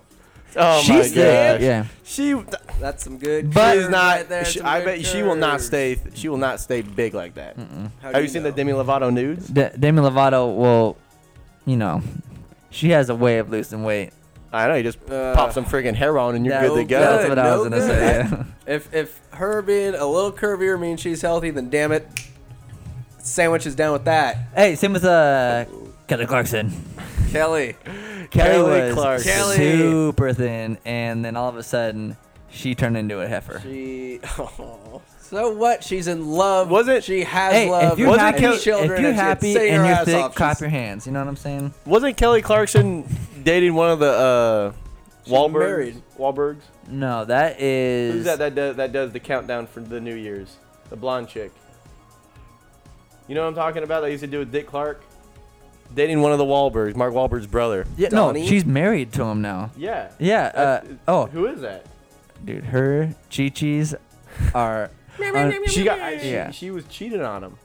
Speaker 4: Oh
Speaker 5: She's there,
Speaker 4: gosh.
Speaker 5: yeah.
Speaker 4: She
Speaker 1: That's some good.
Speaker 5: But-
Speaker 1: curves
Speaker 4: is not.
Speaker 1: right there,
Speaker 4: she-
Speaker 1: some
Speaker 4: I
Speaker 1: good
Speaker 4: bet she will not
Speaker 1: curves.
Speaker 4: stay. She will not stay big like that.
Speaker 1: How do
Speaker 4: Have you seen
Speaker 1: know?
Speaker 4: the Demi Lovato nudes?
Speaker 5: D- Demi Lovato, well, you know, she has a way of losing weight.
Speaker 4: I know. You just
Speaker 1: Uh,
Speaker 4: pop some friggin' hair on and you're
Speaker 5: that-
Speaker 4: good to go.
Speaker 5: Oh, That's what I was
Speaker 1: no
Speaker 5: gonna say. yeah.
Speaker 1: If if her being a little curvier means she's healthy, then damn it, sandwich is down with that.
Speaker 5: hey, same with uh, Kelly Clarkson.
Speaker 1: Kelly,
Speaker 5: Kelly,
Speaker 4: Kelly
Speaker 5: was
Speaker 4: Clarkson.
Speaker 1: Kelly.
Speaker 5: super thin, and then all of a sudden, she turned into a heifer.
Speaker 1: she. Oh, so what? She's in love.
Speaker 4: Was it-
Speaker 1: She has
Speaker 5: Hey,
Speaker 1: love.
Speaker 5: if you're
Speaker 1: and
Speaker 4: Wasn't
Speaker 5: happy,
Speaker 4: Kelly-
Speaker 5: if
Speaker 1: children,
Speaker 5: you're
Speaker 1: and she'd
Speaker 5: happy
Speaker 1: sing her
Speaker 5: and you're
Speaker 1: ass
Speaker 5: thick,
Speaker 1: off.
Speaker 5: clap
Speaker 1: She's-
Speaker 5: your hands. You know what I'm saying?
Speaker 4: Wasn't Kelly Clarkson dating one of the uh, Wahlbergs?
Speaker 1: married.
Speaker 4: Wahlbergs.
Speaker 5: No, that is.
Speaker 4: Who's that? That does that does the countdown for the New Year's. The blonde chick. You know what I'm talking about? That used to do with Dick Clark, dating one of the Wahlbergs, Mark Wahlberg's brother.
Speaker 5: Yeah,
Speaker 1: Donnie?
Speaker 5: no, she's married to him now.
Speaker 4: Yeah.
Speaker 5: Yeah. Uh,
Speaker 4: That's-
Speaker 5: oh,
Speaker 4: Who is that?
Speaker 5: dude, her chichis are. un-
Speaker 4: She got. I,
Speaker 5: Yeah.
Speaker 4: she, she was cheating on him.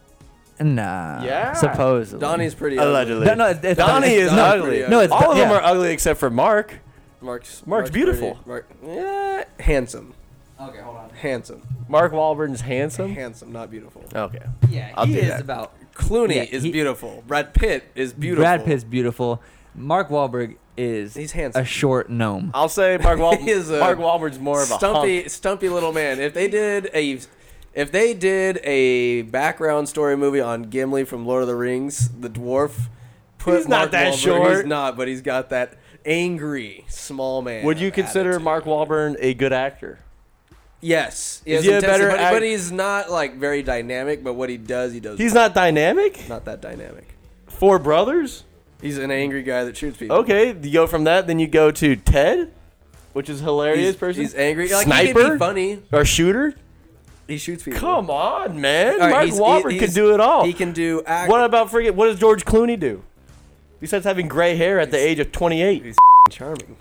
Speaker 5: nah.
Speaker 4: Yeah.
Speaker 5: Supposedly.
Speaker 1: Donnie's pretty. uh, ugly.
Speaker 4: Allegedly.
Speaker 5: No, no, it's- it's-
Speaker 4: Donnie
Speaker 5: it's-
Speaker 4: is
Speaker 5: no,
Speaker 4: ugly.
Speaker 5: no, it's-
Speaker 4: all of them
Speaker 5: yeah.
Speaker 4: are ugly except for Mark.
Speaker 1: Mark's
Speaker 4: Mark's beautiful.
Speaker 1: pretty. Mark, yeah, handsome.
Speaker 5: Okay, hold on.
Speaker 1: Handsome.
Speaker 4: Mark Wahlberg's handsome.
Speaker 1: Handsome, not beautiful.
Speaker 4: Okay.
Speaker 5: Yeah,
Speaker 4: I'll
Speaker 5: he
Speaker 4: do
Speaker 5: is
Speaker 4: that.
Speaker 5: about.
Speaker 1: Clooney
Speaker 5: Yeah,
Speaker 1: is
Speaker 5: he-
Speaker 1: beautiful. Brad Pitt is beautiful.
Speaker 5: Brad Pitt's beautiful. Mark Wahlberg is.
Speaker 1: He's handsome.
Speaker 5: A short gnome.
Speaker 4: I'll say Mark Wahl-
Speaker 1: He is a
Speaker 4: Mark Wahlberg's more of a
Speaker 1: stumpy,
Speaker 4: hunk.
Speaker 1: stumpy little man. If they did a, if they did a background story movie on Gimli from Lord of the Rings, the dwarf. Put
Speaker 4: He's not
Speaker 1: Mark
Speaker 4: that
Speaker 1: Wahlberg- He's
Speaker 4: short.
Speaker 1: not, but he's got that angry small man.
Speaker 4: Would you consider
Speaker 1: attitude.
Speaker 4: Mark Wahlberg a good actor?
Speaker 1: Yes, he
Speaker 4: Is
Speaker 1: has
Speaker 4: he a
Speaker 1: intensity,
Speaker 4: better
Speaker 1: but, but
Speaker 4: act-
Speaker 1: he's not like very dynamic. But what he does, he does.
Speaker 4: He's not dynamic.
Speaker 1: not that dynamic.
Speaker 4: Four brothers.
Speaker 1: He's an angry guy that shoots people.
Speaker 4: Okay, you go from that, then you go to Ted, which is hilarious
Speaker 1: he's,
Speaker 4: person.
Speaker 1: he's angry. Like, He can
Speaker 4: Sniper?
Speaker 1: be funny.
Speaker 4: Or shooter?
Speaker 1: He shoots people.
Speaker 4: Come on, man.
Speaker 1: All right,
Speaker 4: Mark
Speaker 1: he's-
Speaker 4: Wahlberg
Speaker 1: he-
Speaker 4: could
Speaker 1: he's-
Speaker 4: do it all.
Speaker 1: He can do act.
Speaker 4: What about forget? What does George Clooney do? Besides having gray hair at the age of 28,
Speaker 1: charming.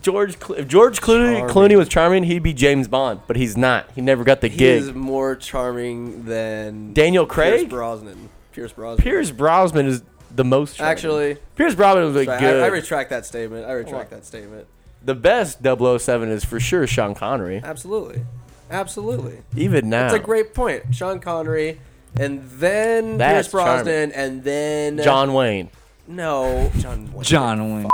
Speaker 4: George Clo- if George Clooney,
Speaker 1: Charming.
Speaker 4: Clooney was charming, he'd be James Bond, but he's not. He never got the
Speaker 1: He
Speaker 4: gig.
Speaker 1: is more charming than
Speaker 4: Daniel
Speaker 1: Pierce
Speaker 4: Craig,
Speaker 1: Brosnan. Pierce Brosnan.
Speaker 4: Pierce Brosnan is the most. Charming.
Speaker 1: Actually,
Speaker 4: Pierce Brosnan was
Speaker 1: sorry,
Speaker 4: like good.
Speaker 1: I, I retract that statement. I retract that statement.
Speaker 4: the best 007 is for sure Sean Connery.
Speaker 1: Absolutely, absolutely.
Speaker 4: Even now,
Speaker 1: That's a great point. Sean Connery and then
Speaker 4: That's
Speaker 1: Pierce Brosnan,
Speaker 4: charming.
Speaker 1: and then
Speaker 4: John Wayne.
Speaker 1: No, John. Wayne.
Speaker 5: John Wayne.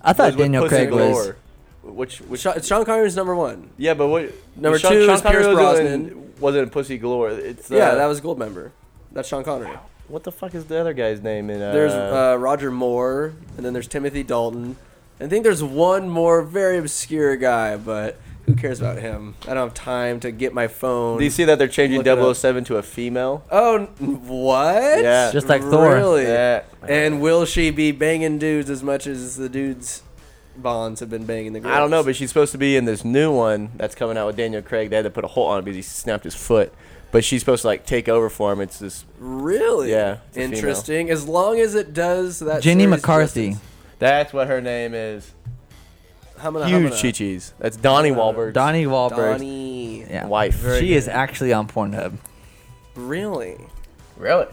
Speaker 5: I thought
Speaker 4: Was with
Speaker 5: Daniel
Speaker 4: Pussy
Speaker 5: Craig was.
Speaker 4: Galore. Which, which
Speaker 1: Sean, Sean Connery's number one.
Speaker 4: yeah, but what
Speaker 1: Number
Speaker 4: Sean,
Speaker 1: two
Speaker 4: Sean
Speaker 1: is Pierce
Speaker 4: Connery was in-
Speaker 1: Brosnan.
Speaker 4: wasn't Pussy Galore. It's uh,
Speaker 1: yeah, that was Goldmember. That's Sean Connery.
Speaker 4: what the fuck is the other guy's name in uh,
Speaker 1: There's uh, Roger Moore, and then there's Timothy Dalton. I think there's one more very obscure guy, but who cares about him? I don't have time to get my phone.
Speaker 4: Do you see that they're changing
Speaker 1: Look it up.
Speaker 4: 007 to a female?
Speaker 1: oh, n- what?
Speaker 4: Yeah.
Speaker 5: Just like Thor.
Speaker 1: Really?
Speaker 4: Yeah.
Speaker 1: And will she be banging dudes as much as the dudes' bonds have been banging the girls?
Speaker 4: I don't know, but she's supposed to be in this new one that's coming out with Daniel Craig. They had to put a hole on it because he snapped his foot. But she's supposed to like take over for him. It's this
Speaker 1: really,
Speaker 4: Yeah, it's a female.
Speaker 1: interesting. As long as it does that.
Speaker 5: Jenny
Speaker 1: series
Speaker 5: McCarthy.
Speaker 1: justice.
Speaker 4: that's what her name is.
Speaker 1: Humana,
Speaker 4: Huge
Speaker 1: humana.
Speaker 4: chi chis. That's
Speaker 1: Uh,
Speaker 4: Donnie Wahlberg.
Speaker 5: Donnie Wahlberg.
Speaker 1: Donnie.
Speaker 5: Yeah.
Speaker 4: Wife. Very
Speaker 5: she is actually on Pornhub.
Speaker 1: Really?
Speaker 4: really?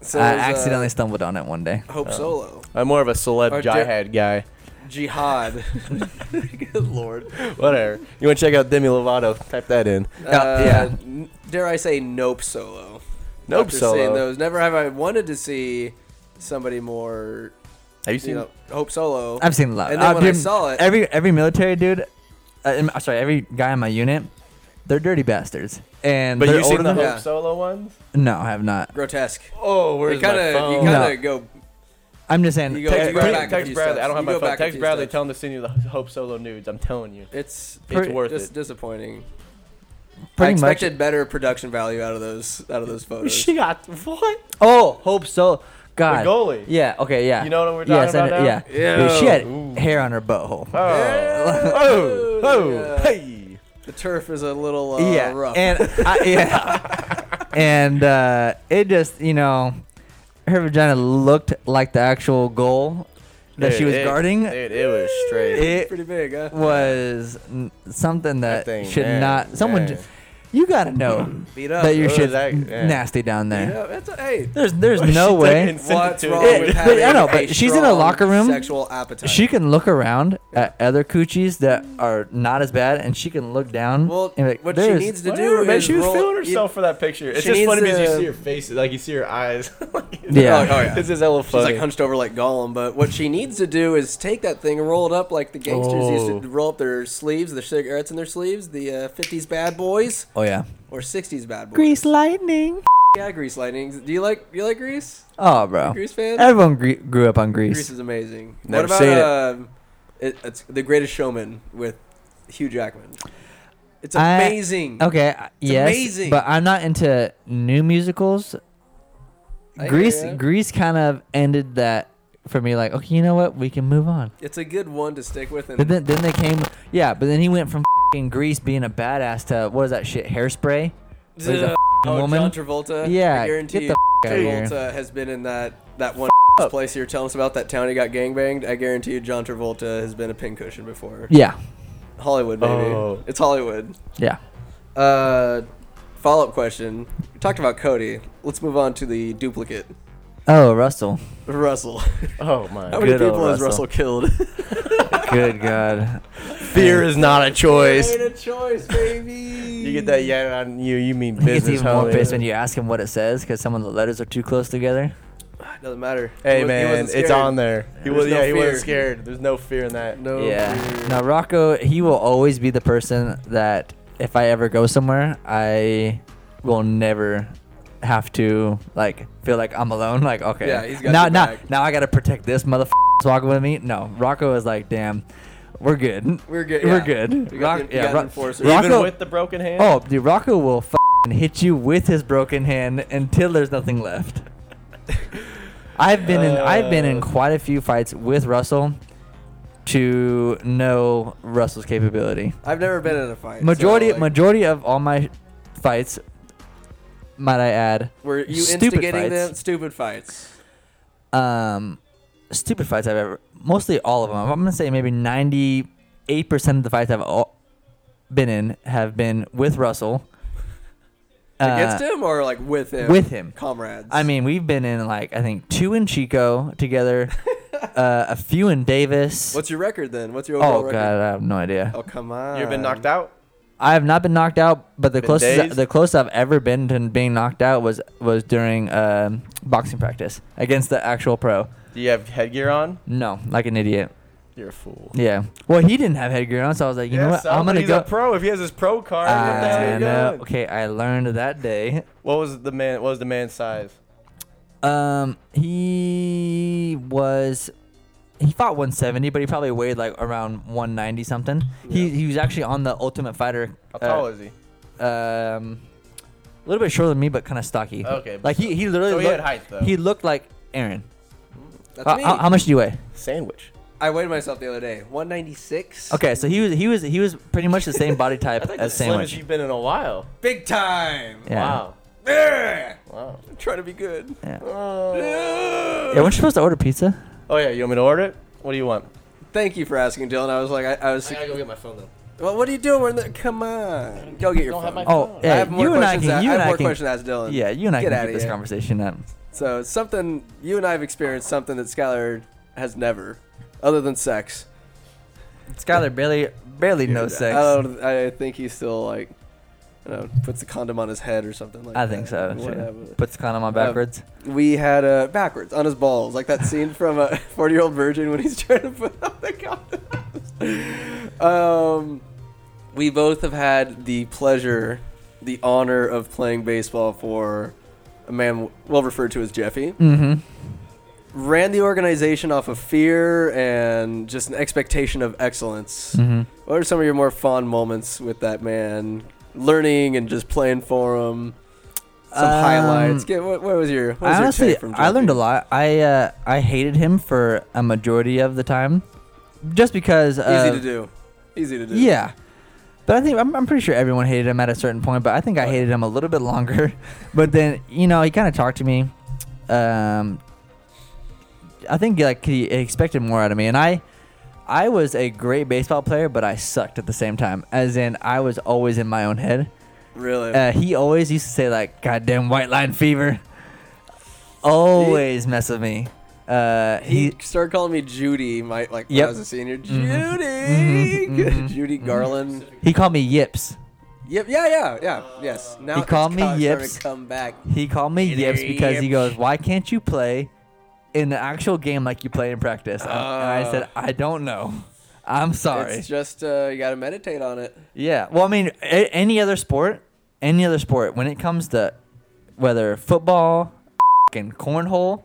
Speaker 1: So
Speaker 5: I
Speaker 1: is, uh,
Speaker 5: accidentally Oh. stumbled on it one day.
Speaker 1: Hope Solo.
Speaker 4: I'm more of a celeb
Speaker 1: Or
Speaker 4: jihad guy.
Speaker 1: Jihad. Uh, Good lord.
Speaker 4: Whatever. You want to check out Demi Lovato? Type that in.
Speaker 1: Uh,
Speaker 5: yeah.
Speaker 1: n- Dare I say Nope Solo.
Speaker 4: Nope
Speaker 1: After Seeing
Speaker 4: solo.
Speaker 1: those, never have I wanted to see somebody more,
Speaker 4: Have you
Speaker 1: you
Speaker 4: seen?
Speaker 1: know, Hope Solo.
Speaker 5: I've seen a lot.
Speaker 1: And then
Speaker 5: Uh,
Speaker 1: when I
Speaker 5: dude,
Speaker 1: saw it-
Speaker 5: every every military dude, uh, in- sorry, every guy in my unit, they're dirty bastards. And
Speaker 4: but
Speaker 5: they're
Speaker 4: you seen
Speaker 5: older
Speaker 4: the
Speaker 5: than-
Speaker 4: Hope
Speaker 1: Yeah.
Speaker 4: Solo ones?
Speaker 5: No, I have not.
Speaker 1: Grotesque.
Speaker 4: Oh,
Speaker 1: You
Speaker 4: where's
Speaker 1: kind
Speaker 4: my
Speaker 1: of, you
Speaker 4: phone?
Speaker 1: kind
Speaker 5: kinda-
Speaker 1: of go.
Speaker 5: I'm just saying.
Speaker 1: You go-
Speaker 4: Text,
Speaker 1: you go
Speaker 4: Bradley-
Speaker 1: back a
Speaker 4: text
Speaker 1: few
Speaker 4: Bradley.
Speaker 1: steps.
Speaker 4: I don't have
Speaker 1: You
Speaker 4: my
Speaker 1: go
Speaker 4: phone.
Speaker 1: back a
Speaker 4: Text
Speaker 1: few
Speaker 4: Bradley.
Speaker 1: steps.
Speaker 4: Tell him to send you the Hope Solo nudes. I'm telling you.
Speaker 1: It's
Speaker 4: It's
Speaker 5: Pretty-
Speaker 4: worth
Speaker 1: dis-
Speaker 4: it.
Speaker 1: disappointing. I
Speaker 5: pretty much.
Speaker 1: expected better production value out of those out of those photos.
Speaker 4: She got what?
Speaker 5: Oh, Hope so. God.
Speaker 4: goalie.
Speaker 5: Yeah. Okay. Yeah.
Speaker 4: You know what we're
Speaker 5: yes,
Speaker 4: talking
Speaker 5: I
Speaker 4: about
Speaker 5: know-
Speaker 4: now?
Speaker 5: Yeah. Dude, she had
Speaker 4: Ew.
Speaker 5: hair on her butthole.
Speaker 4: Oh, oh, oh, hey.
Speaker 1: the turf is a little uh,
Speaker 5: yeah.
Speaker 1: rough.
Speaker 5: And I, yeah. and uh, it just you know, her vagina looked like the actual goal that she was
Speaker 4: Dude, it-
Speaker 5: guarding.
Speaker 4: Dude, it was straight.
Speaker 5: It
Speaker 1: pretty big, huh?
Speaker 5: was n- something that,
Speaker 4: thing,
Speaker 5: should
Speaker 4: man,
Speaker 5: not. Someone,
Speaker 4: man.
Speaker 5: j- you gotta know
Speaker 1: Beat up.
Speaker 5: that your
Speaker 4: Oh,
Speaker 5: shit's
Speaker 4: that- yeah.
Speaker 5: nasty down there.
Speaker 1: Yeah, that's a, hey.
Speaker 5: There's, there's
Speaker 4: She
Speaker 5: no
Speaker 4: took it
Speaker 5: way
Speaker 4: and sent it
Speaker 1: What's
Speaker 4: to him.
Speaker 1: wrong
Speaker 5: Yeah,
Speaker 1: with
Speaker 5: but I
Speaker 1: having
Speaker 5: know,
Speaker 1: a
Speaker 5: but she's in a
Speaker 1: strong
Speaker 5: locker room.
Speaker 1: Sexual appetite.
Speaker 5: she can look around at other coochies that are not as bad, and she can look down.
Speaker 1: Well,
Speaker 5: and be like,
Speaker 1: what she
Speaker 5: "There's-"
Speaker 1: needs to
Speaker 4: Whatever,
Speaker 1: do
Speaker 4: man,
Speaker 1: is
Speaker 4: she was
Speaker 1: roll-
Speaker 4: feeling
Speaker 1: you-
Speaker 4: herself for that picture. It's
Speaker 1: she
Speaker 4: just
Speaker 1: needs
Speaker 4: funny because you
Speaker 1: to-
Speaker 4: see her face, like you see her eyes.
Speaker 5: Yeah.
Speaker 1: Oh, oh, yeah.
Speaker 4: It's just hella
Speaker 1: She's like
Speaker 4: funny.
Speaker 1: hunched over like Gollum, but what she needs to do is take that thing and roll it up like the gangsters used
Speaker 4: Oh.
Speaker 1: to roll up their sleeves, their cigarettes in their sleeves, the uh, 50s bad boys
Speaker 5: Oh yeah.
Speaker 1: or 60s bad boys.
Speaker 5: Grease lightning.
Speaker 1: Yeah, Grease Lightning. Do you like do you like Grease?
Speaker 5: Oh, bro.
Speaker 1: Grease fan?
Speaker 5: Everyone gre- grew up on Grease.
Speaker 1: Grease is amazing.
Speaker 4: Never
Speaker 1: what about
Speaker 4: seen it.
Speaker 1: um, it, it's The Greatest Showman with Hugh Jackman? It's
Speaker 5: I-
Speaker 1: amazing.
Speaker 5: Okay. I- yes.
Speaker 1: amazing.
Speaker 5: But I'm not into new musicals.
Speaker 1: I hear
Speaker 5: Grease
Speaker 1: ya.
Speaker 5: Grease kind of ended that for me. Like, okay, you know what? We can move on.
Speaker 1: It's a good one to stick with.
Speaker 5: But
Speaker 1: And
Speaker 5: then, then they came. Yeah. But then he went from fing Grease being a badass to what is that shit? Hairspray. Where he's a
Speaker 1: Uh,
Speaker 5: f***ing
Speaker 1: oh,
Speaker 5: woman.
Speaker 1: John Travolta.
Speaker 5: yeah.
Speaker 1: I guarantee
Speaker 5: get
Speaker 1: you,
Speaker 5: the f- out of here.
Speaker 1: Travolta has been in that that one place you were telling us about that town he got gangbanged. I guarantee you, John Travolta has been a pincushion before.
Speaker 5: Yeah.
Speaker 1: Hollywood, baby.
Speaker 4: Oh.
Speaker 1: It's Hollywood.
Speaker 5: Yeah.
Speaker 1: Uh, follow up question. We talked about Cody. Let's move on to the duplicate,
Speaker 5: Oh, Russell.
Speaker 1: Russell.
Speaker 4: Oh my.
Speaker 1: How many
Speaker 5: Good old
Speaker 1: people has Russell
Speaker 5: Russell.
Speaker 1: killed?
Speaker 5: Good God.
Speaker 4: Fear is not a choice.
Speaker 1: a choice, baby.
Speaker 4: You get that yet on you? You mean
Speaker 5: He gets
Speaker 4: business?
Speaker 5: even more
Speaker 4: homie.
Speaker 5: pissed when you ask him what it says because some of the letters are too close together.
Speaker 1: Doesn't matter.
Speaker 4: Hey man, it's on there. He was
Speaker 1: There's no
Speaker 4: yeah, he wasn't
Speaker 1: fear.
Speaker 4: scared. There's no fear in that.
Speaker 1: No.
Speaker 5: Yeah.
Speaker 1: fear.
Speaker 5: Now Rocco, he will always be the person that if I ever go somewhere, I will never have to like feel like I'm alone. Like okay,
Speaker 1: Yeah, he's got
Speaker 5: now
Speaker 1: your
Speaker 5: now
Speaker 1: back.
Speaker 5: now I gotta protect this motherfucker walking with me. No, Rocco is like, damn, we're good.
Speaker 1: We're good,
Speaker 5: We're
Speaker 1: yeah.
Speaker 5: good.
Speaker 1: We got the- we got the
Speaker 5: Ro-
Speaker 1: enforcer.
Speaker 5: Rocco,
Speaker 4: Even with the broken hand.
Speaker 5: oh, dude, Rocco will f***ing hit you with his broken hand until there's nothing left. I've been in I've been in
Speaker 4: Uh.
Speaker 5: quite a few fights with Russell to know Russell's capability.
Speaker 1: I've never been in a fight. so,
Speaker 5: Majority
Speaker 1: like,
Speaker 5: majority of all my fights, might I add,
Speaker 1: Were you
Speaker 5: stupid
Speaker 1: instigating
Speaker 5: fights.
Speaker 1: them? Stupid fights.
Speaker 5: um, stupid fights I've ever mostly all of them. I'm gonna say maybe 98 percent of the fights I've all been in have been with Russell.
Speaker 1: Against
Speaker 5: Uh,
Speaker 1: him or like with him?
Speaker 5: with him.
Speaker 1: Comrades.
Speaker 5: I mean, we've been in like I think two in Chico together, uh, a few in Davis.
Speaker 1: what's your record then? What's your overall
Speaker 5: oh god,
Speaker 1: record?
Speaker 5: I have no idea.
Speaker 1: Oh come on.
Speaker 4: You've been knocked out.
Speaker 5: I have not been knocked out, but the closest
Speaker 4: dazed?
Speaker 5: the closest I've ever been to being knocked out was was during um, boxing practice against the actual pro.
Speaker 4: Do you have headgear on?
Speaker 5: No, like an idiot.
Speaker 4: You're a fool.
Speaker 5: Yeah. Well, he didn't have headgear on, so I was like, you know what? I'm gonna
Speaker 4: he's
Speaker 5: go.
Speaker 4: a pro. If he has his pro card, what the hell are
Speaker 5: I
Speaker 4: you
Speaker 5: know.
Speaker 4: doing?
Speaker 5: Okay, I learned that day.
Speaker 4: What was the man? What was the man's size?
Speaker 5: Um, he was. He fought 170, but he probably weighed like around 190 something. He he was actually on the Ultimate Fighter. uh,
Speaker 4: How tall is he?
Speaker 5: Um, a little bit shorter than me, but kind of stocky.
Speaker 4: Okay,
Speaker 5: Like he, he literally.
Speaker 4: so he
Speaker 5: looked,
Speaker 4: had height, though.
Speaker 5: He looked like Aaron.
Speaker 1: That's
Speaker 5: Uh,
Speaker 1: me.
Speaker 5: how, how much do you weigh?
Speaker 4: Sandwich.
Speaker 1: I weighed myself the other day. 196.
Speaker 5: Okay, so he was he was he was pretty much the same body type
Speaker 4: I think
Speaker 5: as
Speaker 4: the slimmest
Speaker 5: Sandwich.
Speaker 4: you've been in a while.
Speaker 1: Big time.
Speaker 5: yeah.
Speaker 4: Wow.
Speaker 1: Yeah.
Speaker 4: Wow.
Speaker 1: I'm trying to be good.
Speaker 5: Uh, Yeah, weren't you supposed to order pizza?
Speaker 4: Oh yeah, you want me to order it? What do you want?
Speaker 1: Thank you for asking, Dylan. I was like, I, I was.
Speaker 4: go get my phone though.
Speaker 1: well, what are you doing? We're in the, come on. Go get your
Speaker 4: Don't
Speaker 1: phone.
Speaker 4: have my-
Speaker 5: Oh,
Speaker 4: I
Speaker 5: yeah.
Speaker 1: I have more
Speaker 5: you and I
Speaker 1: questions.
Speaker 5: can.
Speaker 1: a-
Speaker 5: You
Speaker 1: I have
Speaker 5: and I
Speaker 1: more
Speaker 5: can.
Speaker 1: questions to ask Dylan.
Speaker 5: Yeah, you and I
Speaker 1: Get
Speaker 5: can
Speaker 1: outta
Speaker 5: keep this
Speaker 1: here.
Speaker 5: conversation up.
Speaker 1: So something you and I have experienced something that Skylar has never, other than sex.
Speaker 5: Skylar barely barely knows sex.
Speaker 1: I, don't, I think he still like, you know, puts the condom on his head or something like.
Speaker 5: I
Speaker 1: that.
Speaker 5: think so. too.
Speaker 1: Whatever. Uh,
Speaker 5: Puts the condom on backwards.
Speaker 1: We had uh, backwards on his balls, like that scene from a forty-year-old virgin when he's trying to put on the condom. um, we both have had the pleasure, the honor of playing baseball for a man well referred to as Jeffy.
Speaker 5: mm-hmm.
Speaker 1: ran the organization off of fear and just an expectation of excellence.
Speaker 5: Mm-hmm.
Speaker 1: What are some of your more fond moments with that man? Learning and just playing for him. Some
Speaker 5: Um,
Speaker 1: highlights. Get, what, what was your? What was
Speaker 5: I
Speaker 1: your
Speaker 5: honestly,
Speaker 1: take from
Speaker 5: I learned a
Speaker 1: Jeffy?
Speaker 5: lot. I uh, I hated him for a majority of the time, just because. Uh,
Speaker 1: Easy to do. Easy to do.
Speaker 5: Yeah. But I think I'm, I'm pretty sure everyone hated him at a certain point, but I think I hated him a little bit longer. but then you know he kind of talked to me. Um, I think like he expected more out of me, and I, I was a great baseball player, but I sucked at the same time. As in, I was always in my own head.
Speaker 1: Really.
Speaker 5: Uh, he always used to say like, "Goddamn white line fever," always mess with me. Uh,
Speaker 1: he
Speaker 5: he
Speaker 1: started calling me Judy. My like when
Speaker 5: Yep. Mm-hmm.
Speaker 1: I was a senior. Judy.
Speaker 5: Mhm, mhm, mhm,
Speaker 1: Judy Garland.
Speaker 5: he called me yips.
Speaker 1: Yep. Yeah. Yeah. Yeah. Yes. Now
Speaker 5: He
Speaker 1: it's
Speaker 5: called me
Speaker 1: co- starting to
Speaker 5: Yips.
Speaker 1: Come back.
Speaker 5: He called me yips because he
Speaker 1: Yips.
Speaker 5: goes, "Why can't you play in the actual game like you play in practice?" Uh, And- and I said, "I don't know. I'm sorry."
Speaker 1: Uh. It's just uh, you got to meditate on it.
Speaker 5: yeah. Well, I mean, a- any other sport, any other sport, when it comes to whether football, and cornhole,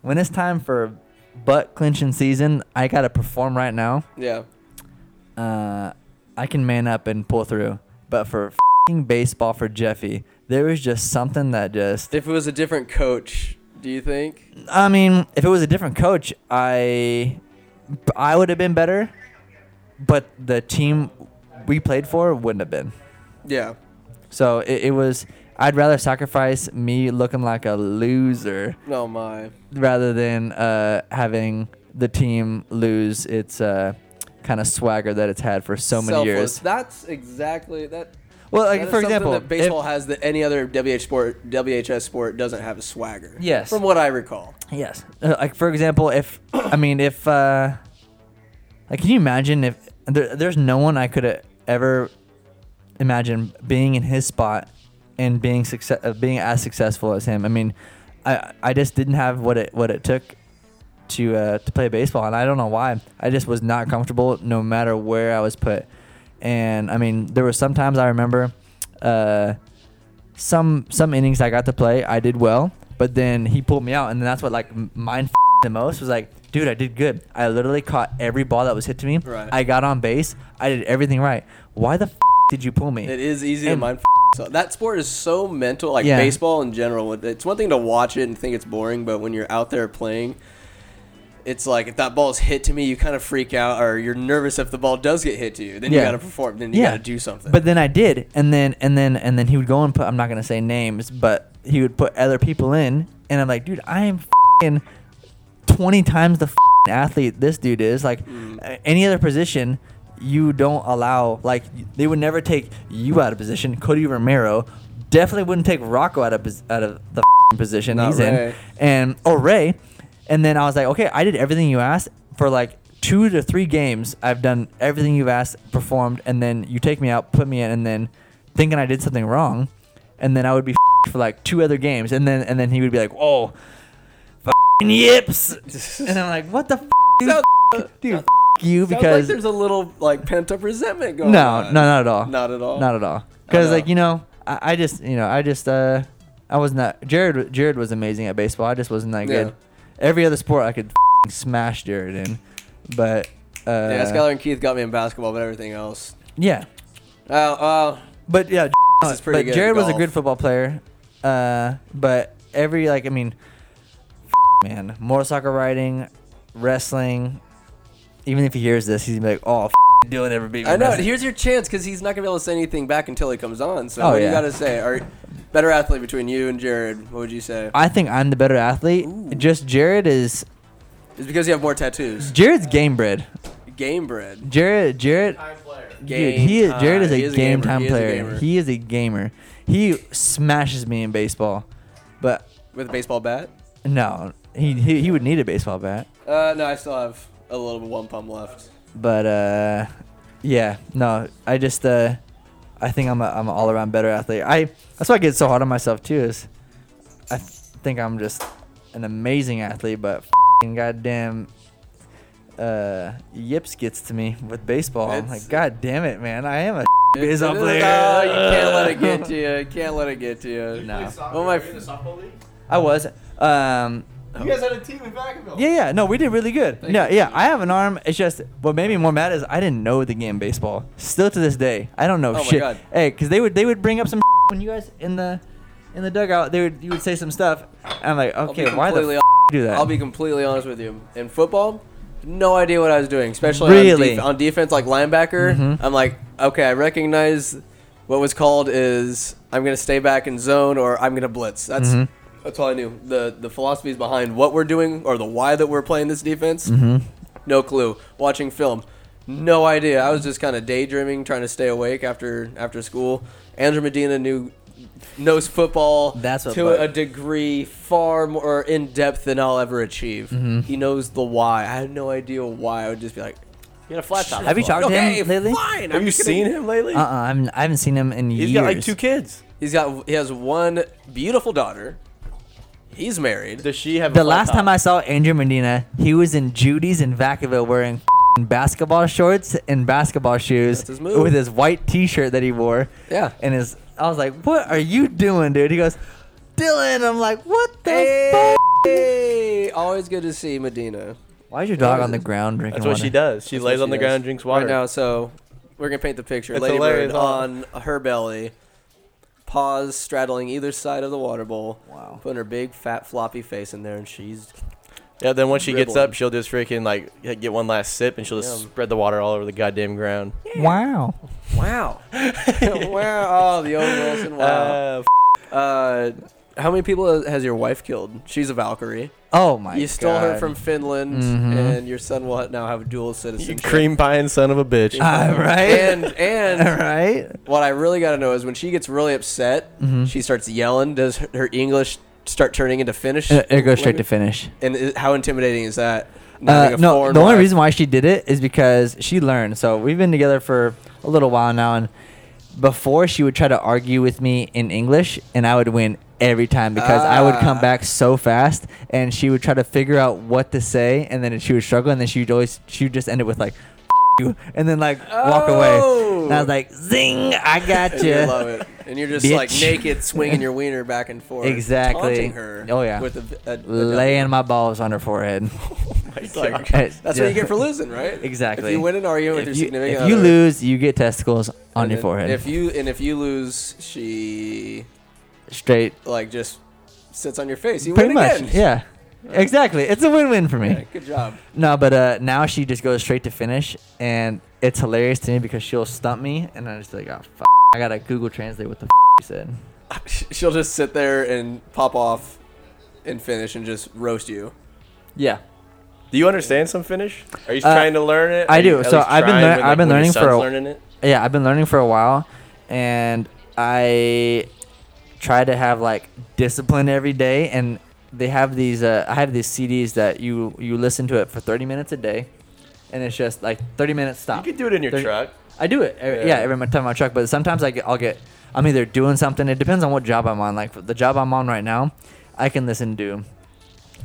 Speaker 5: when it's time for butt clinching season, I gotta perform right now.
Speaker 1: Yeah.
Speaker 5: uh, I can man up and pull through. But for fing baseball for Jeffy, there was just something that just.
Speaker 1: If it was a different coach, do you think?
Speaker 5: I mean, if it was a different coach, I I would have been better. But the team we played for wouldn't have been.
Speaker 1: Yeah.
Speaker 5: So it, it was. I'd rather sacrifice me looking like a loser
Speaker 1: No, Oh my.
Speaker 5: rather than uh, having the team lose its uh, kind of swagger that it's had for so many
Speaker 1: Selfless.
Speaker 5: years.
Speaker 1: That's exactly that.
Speaker 5: Well,
Speaker 1: that
Speaker 5: like
Speaker 1: is
Speaker 5: for
Speaker 1: something
Speaker 5: example,
Speaker 1: that
Speaker 5: if-
Speaker 1: baseball has that any other WH sport, WHS sport doesn't have a swagger.
Speaker 5: Yes.
Speaker 1: From what I recall.
Speaker 5: Yes. Uh, Like for example, if I mean if uh like can you imagine if there, there's no one I could ever imagine being in his spot and being success uh, being as successful as him. I mean, I I just didn't have what it what it took to uh, to play baseball, and I don't know why. I just was not comfortable no matter where I was put. And I mean, there were some times I remember uh, some some innings I got to play, I did well, but then he pulled me out, and that's what like m- mind the most was like, dude, I did good. I literally caught every ball that was hit to me.
Speaker 1: Right.
Speaker 5: I got on base. I did everything right. Why the f- did you pull me?
Speaker 1: It is easy to
Speaker 5: And-
Speaker 1: mind. So that sport is so mental. Like
Speaker 5: Yeah.
Speaker 1: baseball in general, it's one thing to watch it and think it's boring, but when you're out there playing, it's like if that ball's hit to me, you kind of freak out, or you're nervous if the ball does get hit to you. Then you
Speaker 5: Yeah.
Speaker 1: got to perform. Then you got to do something.
Speaker 5: But then I did, and then and then and then he would go and put. I'm not gonna say names, but he would put other people in, and I'm like, dude, I am fing 20 times the fing athlete this dude is. Like a- any other position, you don't allow. Like they would never take you out of position. Cody Romero definitely wouldn't take Rocco out of pos- out of the fing position
Speaker 1: Not
Speaker 5: he's
Speaker 1: Ray.
Speaker 5: oh, in, and or Ray. And then I was like, okay, I did everything you asked for like two to three games, I've done everything you've asked, performed, and then you take me out, put me in, and then thinking I did something wrong, and then I would be for like two other games, and then and then he would be like, "Oh, fing yips," and I'm like, "What the f, dude?
Speaker 1: Sounds-
Speaker 5: F- dude, f- you?"
Speaker 1: Sounds like
Speaker 5: Because
Speaker 1: there's a little like pent up resentment going
Speaker 5: no,
Speaker 1: on.
Speaker 5: no, not at all.
Speaker 1: Oh, Not at all. Oh,
Speaker 5: Not at all. Because
Speaker 1: know.
Speaker 5: like you know, I, I just you know I just uh I was not Jared. Jared was amazing at baseball. I just wasn't that
Speaker 1: Yeah.
Speaker 5: good. Every other sport I could f***ing smash Jared in, but uh,
Speaker 1: Yeah,
Speaker 5: yeah,
Speaker 1: Skylar and Keith got me in basketball, but everything else.
Speaker 5: yeah.
Speaker 1: Oh, oh,
Speaker 5: But yeah,
Speaker 1: This is pretty
Speaker 5: but
Speaker 1: good at
Speaker 5: Jared was a
Speaker 1: golf.
Speaker 5: good football player. Uh, but every like I mean, f- man, motorcycle riding, wrestling. Even if he hears this, he's gonna be like, "Oh, f- Dylan never beat me."
Speaker 1: I
Speaker 5: in
Speaker 1: know.
Speaker 5: wrestling."
Speaker 1: Here's your chance because he's not gonna be able to say anything back until he comes on. So
Speaker 5: Oh,
Speaker 1: what do
Speaker 5: yeah.
Speaker 1: you gotta say? Are better athlete between you and Jared? What would you say?
Speaker 5: I think I'm the better athlete. Just Jared is
Speaker 1: It's because you have more tattoos.
Speaker 5: Jared's game bred.
Speaker 1: Game bred.
Speaker 5: Jared, Jared, dude,
Speaker 1: Game
Speaker 5: he is. Jared is
Speaker 1: time.
Speaker 5: a
Speaker 1: He is a
Speaker 5: game
Speaker 1: gamer.
Speaker 5: time
Speaker 1: He is a
Speaker 5: player.
Speaker 1: gamer.
Speaker 5: He is a gamer. He smashes me in baseball, but
Speaker 1: With a baseball bat?
Speaker 5: no, he he, he would need a baseball bat.
Speaker 1: Uh, no, I still have a little bit one pump left.
Speaker 5: But uh, yeah, no, I just uh, I think I'm a I'm an all around better athlete. I that's why I get so hard on myself too. Is I th- think I'm just an amazing athlete, but fing goddamn uh, yips gets to me with baseball. I'm
Speaker 1: It's-
Speaker 5: like, god damn it, man, I am a baseball
Speaker 1: It is-
Speaker 5: player.
Speaker 1: No, Uh, you can't let it get to you. You Can't let it get to you.
Speaker 5: No.
Speaker 1: Well, my-
Speaker 2: Were you in the softball league?
Speaker 5: I was. Um,
Speaker 4: Oh.
Speaker 2: You guys had a team in Vacaville.
Speaker 5: yeah, yeah, no, we did really good. yeah, yeah, I have an arm. It's just what made me more mad is I didn't know the game baseball. Still to this day, I don't know
Speaker 1: Oh my
Speaker 5: shit.
Speaker 1: God.
Speaker 5: Hey, because they would they would bring up some when you guys in the in the dugout. They would you would say some stuff. I'm like,
Speaker 1: be
Speaker 5: okay, why the f-
Speaker 1: completely
Speaker 5: you do that?
Speaker 1: I'll be completely honest with you. In football, no idea what I was doing, especially
Speaker 5: Really? Mm-hmm.
Speaker 1: on, def- on defense, like linebacker. I'm like, okay, I recognize what was called is I'm gonna stay back in zone or I'm gonna blitz. That's
Speaker 5: Mm-hmm.
Speaker 1: that's all I knew. the The philosophies behind what we're doing or the why that we're playing this defense,
Speaker 5: Mm-hmm.
Speaker 1: no clue. Watching film, no idea. I was just kind of daydreaming, trying to stay awake after after school. Andrew Medina knew knows football
Speaker 5: That's what
Speaker 1: to
Speaker 5: bug-
Speaker 1: a degree far more in depth than I'll ever achieve.
Speaker 5: Mm-hmm.
Speaker 1: He knows the why. I had no idea why. I would just be like, "You got a flat top."
Speaker 5: Have you talked to
Speaker 1: Okay,
Speaker 5: him lately?
Speaker 1: Fine.
Speaker 4: Have
Speaker 1: I'm
Speaker 4: you
Speaker 1: just gonna-
Speaker 4: seen him lately?
Speaker 5: uh, uh I haven't- I haven't seen him in
Speaker 4: He's
Speaker 5: years.
Speaker 4: got like two kids.
Speaker 1: He's got. He has one beautiful daughter. He's married.
Speaker 4: Does she have?
Speaker 5: the last time I saw Andrew Medina, he was in Judy's in Vacaville wearing f***ing basketball shorts and basketball shoes
Speaker 1: That's his move.
Speaker 5: with his white T-shirt that he wore.
Speaker 1: Yeah.
Speaker 5: and his I was like, "What are you doing, dude?" He goes, "Dylan." I'm like, "What the
Speaker 1: Hey,
Speaker 5: fuck?"
Speaker 1: always good to see Medina
Speaker 5: Why is your dog on the ground drinking
Speaker 4: That's what
Speaker 5: water?
Speaker 4: she does. She
Speaker 1: That's
Speaker 4: lays
Speaker 1: what
Speaker 4: on
Speaker 1: she
Speaker 4: the
Speaker 1: does.
Speaker 4: ground, drinks
Speaker 1: right
Speaker 4: water.
Speaker 1: now. So we're gonna paint the picture.
Speaker 4: It's
Speaker 1: Lady
Speaker 4: hilarious,
Speaker 1: Bird
Speaker 4: huh?
Speaker 1: on her belly, paws straddling either side of the water bowl.
Speaker 5: Wow.
Speaker 1: Putting her big fat floppy face in there, and she's
Speaker 4: Yeah. Then once she gets
Speaker 1: Dribbling.
Speaker 4: up, she'll just freaking like get one last sip, and she'll just
Speaker 1: Yeah.
Speaker 4: spread the water all over the goddamn ground.
Speaker 5: Wow.
Speaker 1: Wow. wow. Oh, the old Wilson.
Speaker 5: Ah,
Speaker 1: Wow.
Speaker 4: Uh, f-
Speaker 1: Uh, how many people has your wife killed? She's a Valkyrie.
Speaker 5: Oh my!
Speaker 1: you stole her
Speaker 5: God.
Speaker 1: from Finland, and your son will now have dual
Speaker 4: Mm-hmm. you
Speaker 1: citizenship.
Speaker 4: cream pie son of a bitch.
Speaker 5: Ah, right.
Speaker 1: And and
Speaker 5: right.
Speaker 1: what I really got to know is when she gets really upset,
Speaker 5: Mm-hmm.
Speaker 1: she starts yelling. Does her, her English start turning into Finnish?
Speaker 5: It goes straight to
Speaker 1: language?
Speaker 5: finish.
Speaker 1: And i- how intimidating is that?
Speaker 5: Uh,
Speaker 1: Having a
Speaker 5: no,
Speaker 1: foreign
Speaker 5: the only
Speaker 1: wife.
Speaker 5: reason why she did it is because she learned. So we've been together for a little while now, and before she would try to argue with me in English, and I would win every time because I would come
Speaker 1: Ah.
Speaker 5: back so fast, and she would try to figure out what to say, and then she would struggle, and then she'd always she would just end it with like. You, and then like walk away. And I was like, "Zing! I got
Speaker 1: And you love
Speaker 5: you."
Speaker 1: it. And you're just like
Speaker 5: Bitch.
Speaker 1: naked, swinging your wiener back and forth.
Speaker 5: Exactly.
Speaker 1: Taunting her.
Speaker 5: Oh, yeah.
Speaker 1: With a, a, a
Speaker 5: Laying my balls on her forehead.
Speaker 1: It's like-
Speaker 5: That's
Speaker 1: that's what you get for losing, right?
Speaker 5: Exactly.
Speaker 1: If you win an argument
Speaker 5: If
Speaker 1: with your
Speaker 5: you,
Speaker 1: significant
Speaker 5: if you
Speaker 1: other,
Speaker 5: lose, you get testicles on
Speaker 1: and
Speaker 5: your
Speaker 1: then
Speaker 5: forehead.
Speaker 1: If you and if you lose, she
Speaker 5: Straight
Speaker 1: like just sits on your face. You win
Speaker 5: pretty much
Speaker 1: again. Oh.
Speaker 5: yeah exactly it's a win-win for me
Speaker 1: Yeah, Good job.
Speaker 5: no but uh now she just goes straight to finish and it's hilarious to me because she'll stump me and i just like oh fuck. i gotta google translate what the f- she said
Speaker 1: She'll just sit there and pop off and finish and just roast you.
Speaker 5: yeah
Speaker 4: Do you understand some Finnish? Are you
Speaker 5: Uh,
Speaker 4: trying to learn it?
Speaker 5: I
Speaker 4: Are you
Speaker 5: do.
Speaker 4: at
Speaker 5: So
Speaker 4: least
Speaker 5: I've been
Speaker 4: trying
Speaker 5: lear-
Speaker 4: when,
Speaker 5: I've
Speaker 4: like,
Speaker 5: been
Speaker 4: when your
Speaker 5: learning for
Speaker 4: son's
Speaker 5: a-
Speaker 4: learning it.
Speaker 5: yeah i've been learning for a while and i try to have like discipline every day and they have these uh, i have these cds that you you listen to it for 30 minutes a day and it's just like 30 minutes stop.
Speaker 4: You could do it in your
Speaker 5: 30
Speaker 4: truck.
Speaker 5: I do it. every-
Speaker 4: Yeah.
Speaker 5: Yeah, every time my truck. But sometimes I get, I'll get, I'm either doing something. It depends on what job I'm on. Like the job I'm on right now, I can listen to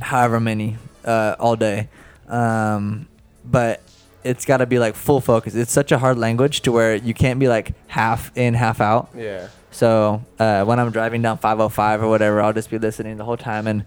Speaker 5: however many uh, all day. Um, but it's got to be like full focus. It's such a hard language to where you can't be like half in, half out.
Speaker 4: Yeah.
Speaker 5: So uh, when I'm driving down 505 or whatever, I'll just be listening the whole time and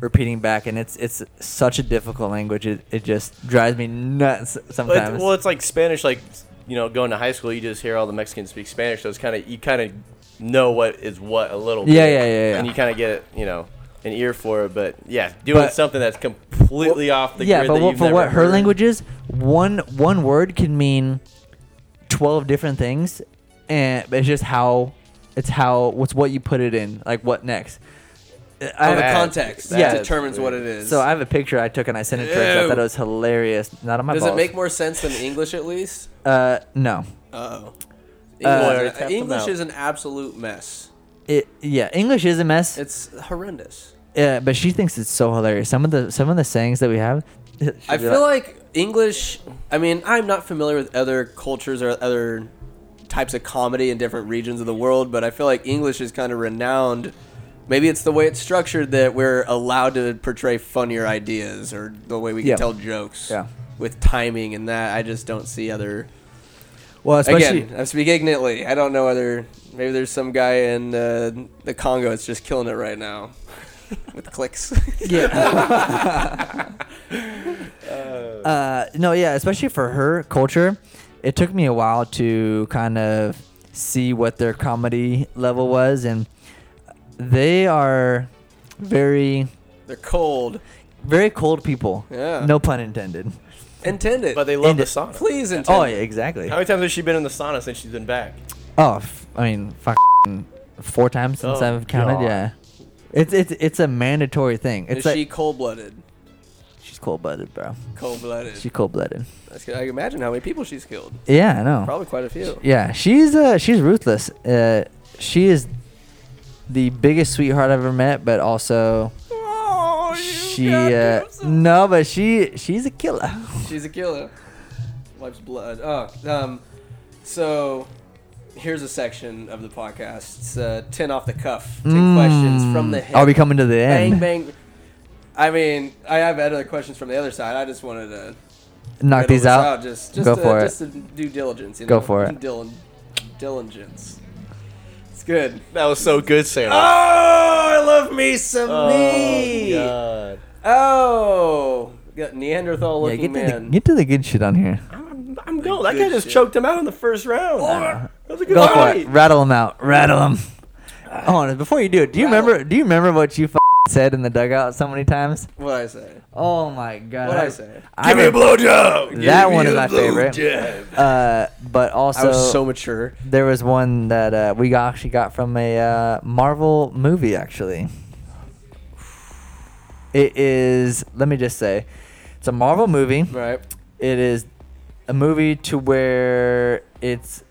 Speaker 5: repeating back. And it's it's such a difficult language. It, it just drives me nuts
Speaker 4: Well,
Speaker 5: sometimes.
Speaker 4: it's, well, it's like Spanish. Like you know, going to high school, you just hear all the Mexicans speak Spanish, so it's kind of you kind of know what is what a little.
Speaker 5: Yeah,
Speaker 4: bit,
Speaker 5: yeah, yeah, yeah.
Speaker 4: And you kind of get you know an ear for it, but yeah, doing
Speaker 5: But-
Speaker 4: something that's completely off the
Speaker 5: yeah,
Speaker 4: grid
Speaker 5: but
Speaker 4: that
Speaker 5: what,
Speaker 4: you've
Speaker 5: for
Speaker 4: never
Speaker 5: what her
Speaker 4: heard.
Speaker 5: language is, one one word can mean twelve different things, and but it's just how it's how what's what you put it in, like what next. I
Speaker 1: Oh, the
Speaker 5: have a-
Speaker 4: That's-
Speaker 1: context that
Speaker 5: yeah.
Speaker 1: determines what it is.
Speaker 5: so I have a picture I took and I sent it to her. 'cause I
Speaker 1: Ew.
Speaker 5: thought it was hilarious. Not on my.
Speaker 1: Does
Speaker 5: balls.
Speaker 1: it make more sense than English at least?
Speaker 5: Uh, no.
Speaker 1: Uh-oh.
Speaker 4: Lawyer,
Speaker 1: English,
Speaker 4: tap them
Speaker 1: English
Speaker 4: out.
Speaker 1: is an absolute mess.
Speaker 5: It, yeah, English is a mess.
Speaker 1: It's horrendous.
Speaker 5: Yeah, but she thinks it's so hilarious. Some of the some of the sayings that we have.
Speaker 1: I feel like English. I mean, I'm not familiar with other cultures or other types of comedy in different regions of the world, but I feel like English is kind of renowned. Maybe it's the way it's structured that we're allowed to portray funnier ideas or the way we can
Speaker 5: Yeah.
Speaker 1: tell jokes
Speaker 5: Yeah.
Speaker 1: with timing and that. I just don't see other.
Speaker 5: well, especially
Speaker 1: Again, I speak ignorantly. I don't know other. Maybe there's some guy in uh, the Congo that's just killing it right now with clicks.
Speaker 5: Yeah. uh, no, yeah, especially for her culture, it took me a while to kind of see what their comedy level was, and they are very,
Speaker 1: They're cold.
Speaker 5: very cold people.
Speaker 1: Yeah.
Speaker 5: No pun intended.
Speaker 1: Intended.
Speaker 4: But they love
Speaker 5: And-
Speaker 4: the sauna.
Speaker 1: please intend.
Speaker 5: Oh, yeah, exactly.
Speaker 4: How many times has she been in the sauna since she's been back?
Speaker 5: Oh, f- I mean, fuck, four times since
Speaker 4: Oh,
Speaker 5: I've counted.
Speaker 4: God.
Speaker 5: Yeah. It's, it's it's a mandatory thing. It's
Speaker 1: Is
Speaker 5: like
Speaker 1: she cold blooded?
Speaker 5: she's cold blooded, bro.
Speaker 1: Cold
Speaker 5: She's
Speaker 1: blooded.
Speaker 5: cold blooded.
Speaker 1: I can imagine how many people she's killed.
Speaker 5: Yeah, I know.
Speaker 1: Probably quite a few.
Speaker 5: Yeah, she's uh she's ruthless. Uh, she is the biggest sweetheart I've ever met, but also
Speaker 4: Oh,
Speaker 5: she uh, no, but she she's a killer.
Speaker 1: She's a killer. Wipes blood. Oh, um, so here's a section of the podcast. It's uh, ten off the cuff. Take questions from the hip.
Speaker 5: Mm. Hmm. Are we coming to the end?
Speaker 1: bang bang. I mean, I have other questions from the other side. I just wanted to
Speaker 5: Knock
Speaker 1: riddle
Speaker 5: these
Speaker 1: this
Speaker 5: out.
Speaker 1: Just, just
Speaker 5: Go
Speaker 1: to,
Speaker 5: for it.
Speaker 1: just to do diligence. You
Speaker 5: Go
Speaker 1: know?
Speaker 5: for it.
Speaker 1: Dil- diligence. It's good.
Speaker 4: That was so good, Sarah.
Speaker 5: Ah,
Speaker 1: Oh, I love me some meat.
Speaker 4: God.
Speaker 1: Oh, got Neanderthal
Speaker 5: Yeah,
Speaker 1: looking
Speaker 5: get to, the,
Speaker 1: man.
Speaker 5: get to the good shit on here.
Speaker 4: I'm, I'm going. That
Speaker 1: Good
Speaker 4: guy just
Speaker 1: shit.
Speaker 4: choked him out in the first round. that was a good
Speaker 5: Go for
Speaker 4: fight.
Speaker 5: it. Rattle them out. Rattle them. Oh, before you do it, do you
Speaker 1: Rattle.
Speaker 5: remember? Do you remember what you f- said in the dugout so many times?
Speaker 1: what I say?
Speaker 5: Oh my god!
Speaker 1: What I say?
Speaker 5: I
Speaker 4: Give me a
Speaker 5: that
Speaker 4: blowjob. Give me
Speaker 5: one is
Speaker 4: a
Speaker 5: my favorite.
Speaker 4: blowjob.
Speaker 5: Uh, but also
Speaker 1: I was so mature.
Speaker 5: There was one that uh, we got- actually got from a uh, Marvel movie, actually. It is, let me just say, it's a Marvel movie.
Speaker 1: Right.
Speaker 5: It is a movie to where it's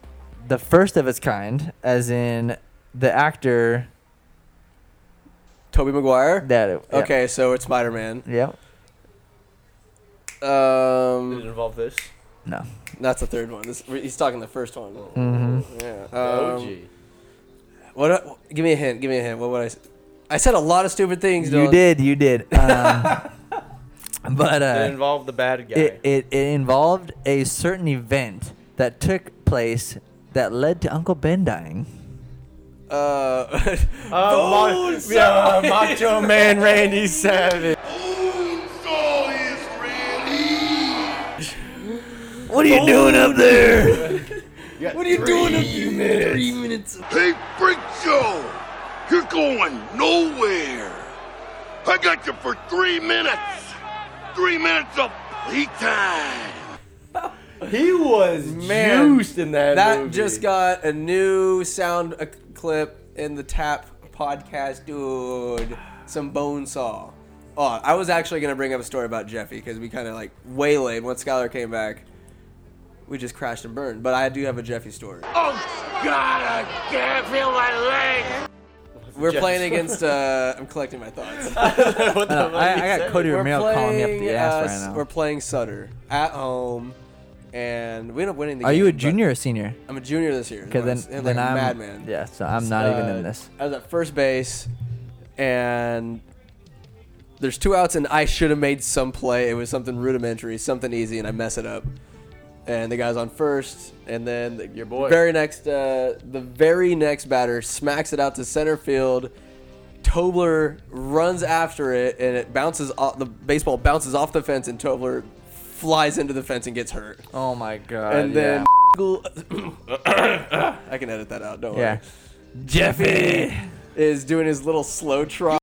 Speaker 5: the first of its kind, as in the actor
Speaker 1: Toby Maguire.
Speaker 5: that. It, yeah.
Speaker 1: Okay, so it's Spider Man.
Speaker 5: Yeah.
Speaker 4: Did it
Speaker 1: Um,
Speaker 4: involve this?
Speaker 5: No.
Speaker 1: that's the third one. This, he's talking the first one.
Speaker 5: Mhm.
Speaker 1: Yeah. Um, what? I- Give me a hint. Give me a hint. What would I? s- I said a lot of stupid things.
Speaker 5: You
Speaker 1: Dylan.
Speaker 5: did. You did. Um, but uh,
Speaker 4: it involved the bad guy.
Speaker 5: it, it, it involved a certain event that took place that led to Uncle Ben dying.
Speaker 1: Uh,
Speaker 4: oh,
Speaker 1: Bones!
Speaker 4: yeah, Macho Man Randy Savage.
Speaker 3: Oh, so is Randy.
Speaker 5: What are you doing up there?
Speaker 1: what are you doing? up-
Speaker 3: Hey, Freak Show, you're going nowhere. I got you for three minutes. Three minutes of play time.
Speaker 4: He was
Speaker 1: Man,
Speaker 4: juiced in that.
Speaker 1: That
Speaker 4: movie.
Speaker 1: just got a new sound uh, clip in the Tap podcast, dude. Some bone saw. Oh, I was actually gonna bring up a story about Jeffy because we kind of like waylaid once Skylar came back. We just crashed and
Speaker 5: Oh,
Speaker 1: burned, but I do have a Jeffy story.
Speaker 3: Oh, God, I can't feel my legs.
Speaker 1: We're playing against. Uh, I'm collecting my thoughts.
Speaker 4: what the
Speaker 5: I, I got Cody Romero calling me up the
Speaker 1: uh,
Speaker 5: ass
Speaker 1: s-
Speaker 5: right
Speaker 1: We're
Speaker 5: now.
Speaker 1: playing Sutter at home, and we end up winning the
Speaker 5: Are
Speaker 1: game.
Speaker 5: you a
Speaker 1: but
Speaker 5: junior or senior?
Speaker 1: I'm a junior this year.
Speaker 5: Okay, then,
Speaker 1: It's like
Speaker 5: then
Speaker 1: a
Speaker 5: I'm
Speaker 1: madman.
Speaker 5: Yeah, so I'm not even
Speaker 1: Uh,
Speaker 5: in this.
Speaker 1: I was at first base, and there's two outs, and I should have made some play. It was something rudimentary, something easy, and I mess it up. And the guy's on first, and then the,
Speaker 4: Your boy.
Speaker 1: very next, uh, the very next batter smacks it out to center field. Tobler runs after it, and it bounces off the baseball bounces off the fence, and Tobler flies into the fence and gets hurt.
Speaker 5: Oh my god.
Speaker 1: And then I can edit that out. Don't
Speaker 5: yeah.
Speaker 1: worry is doing his little slow trot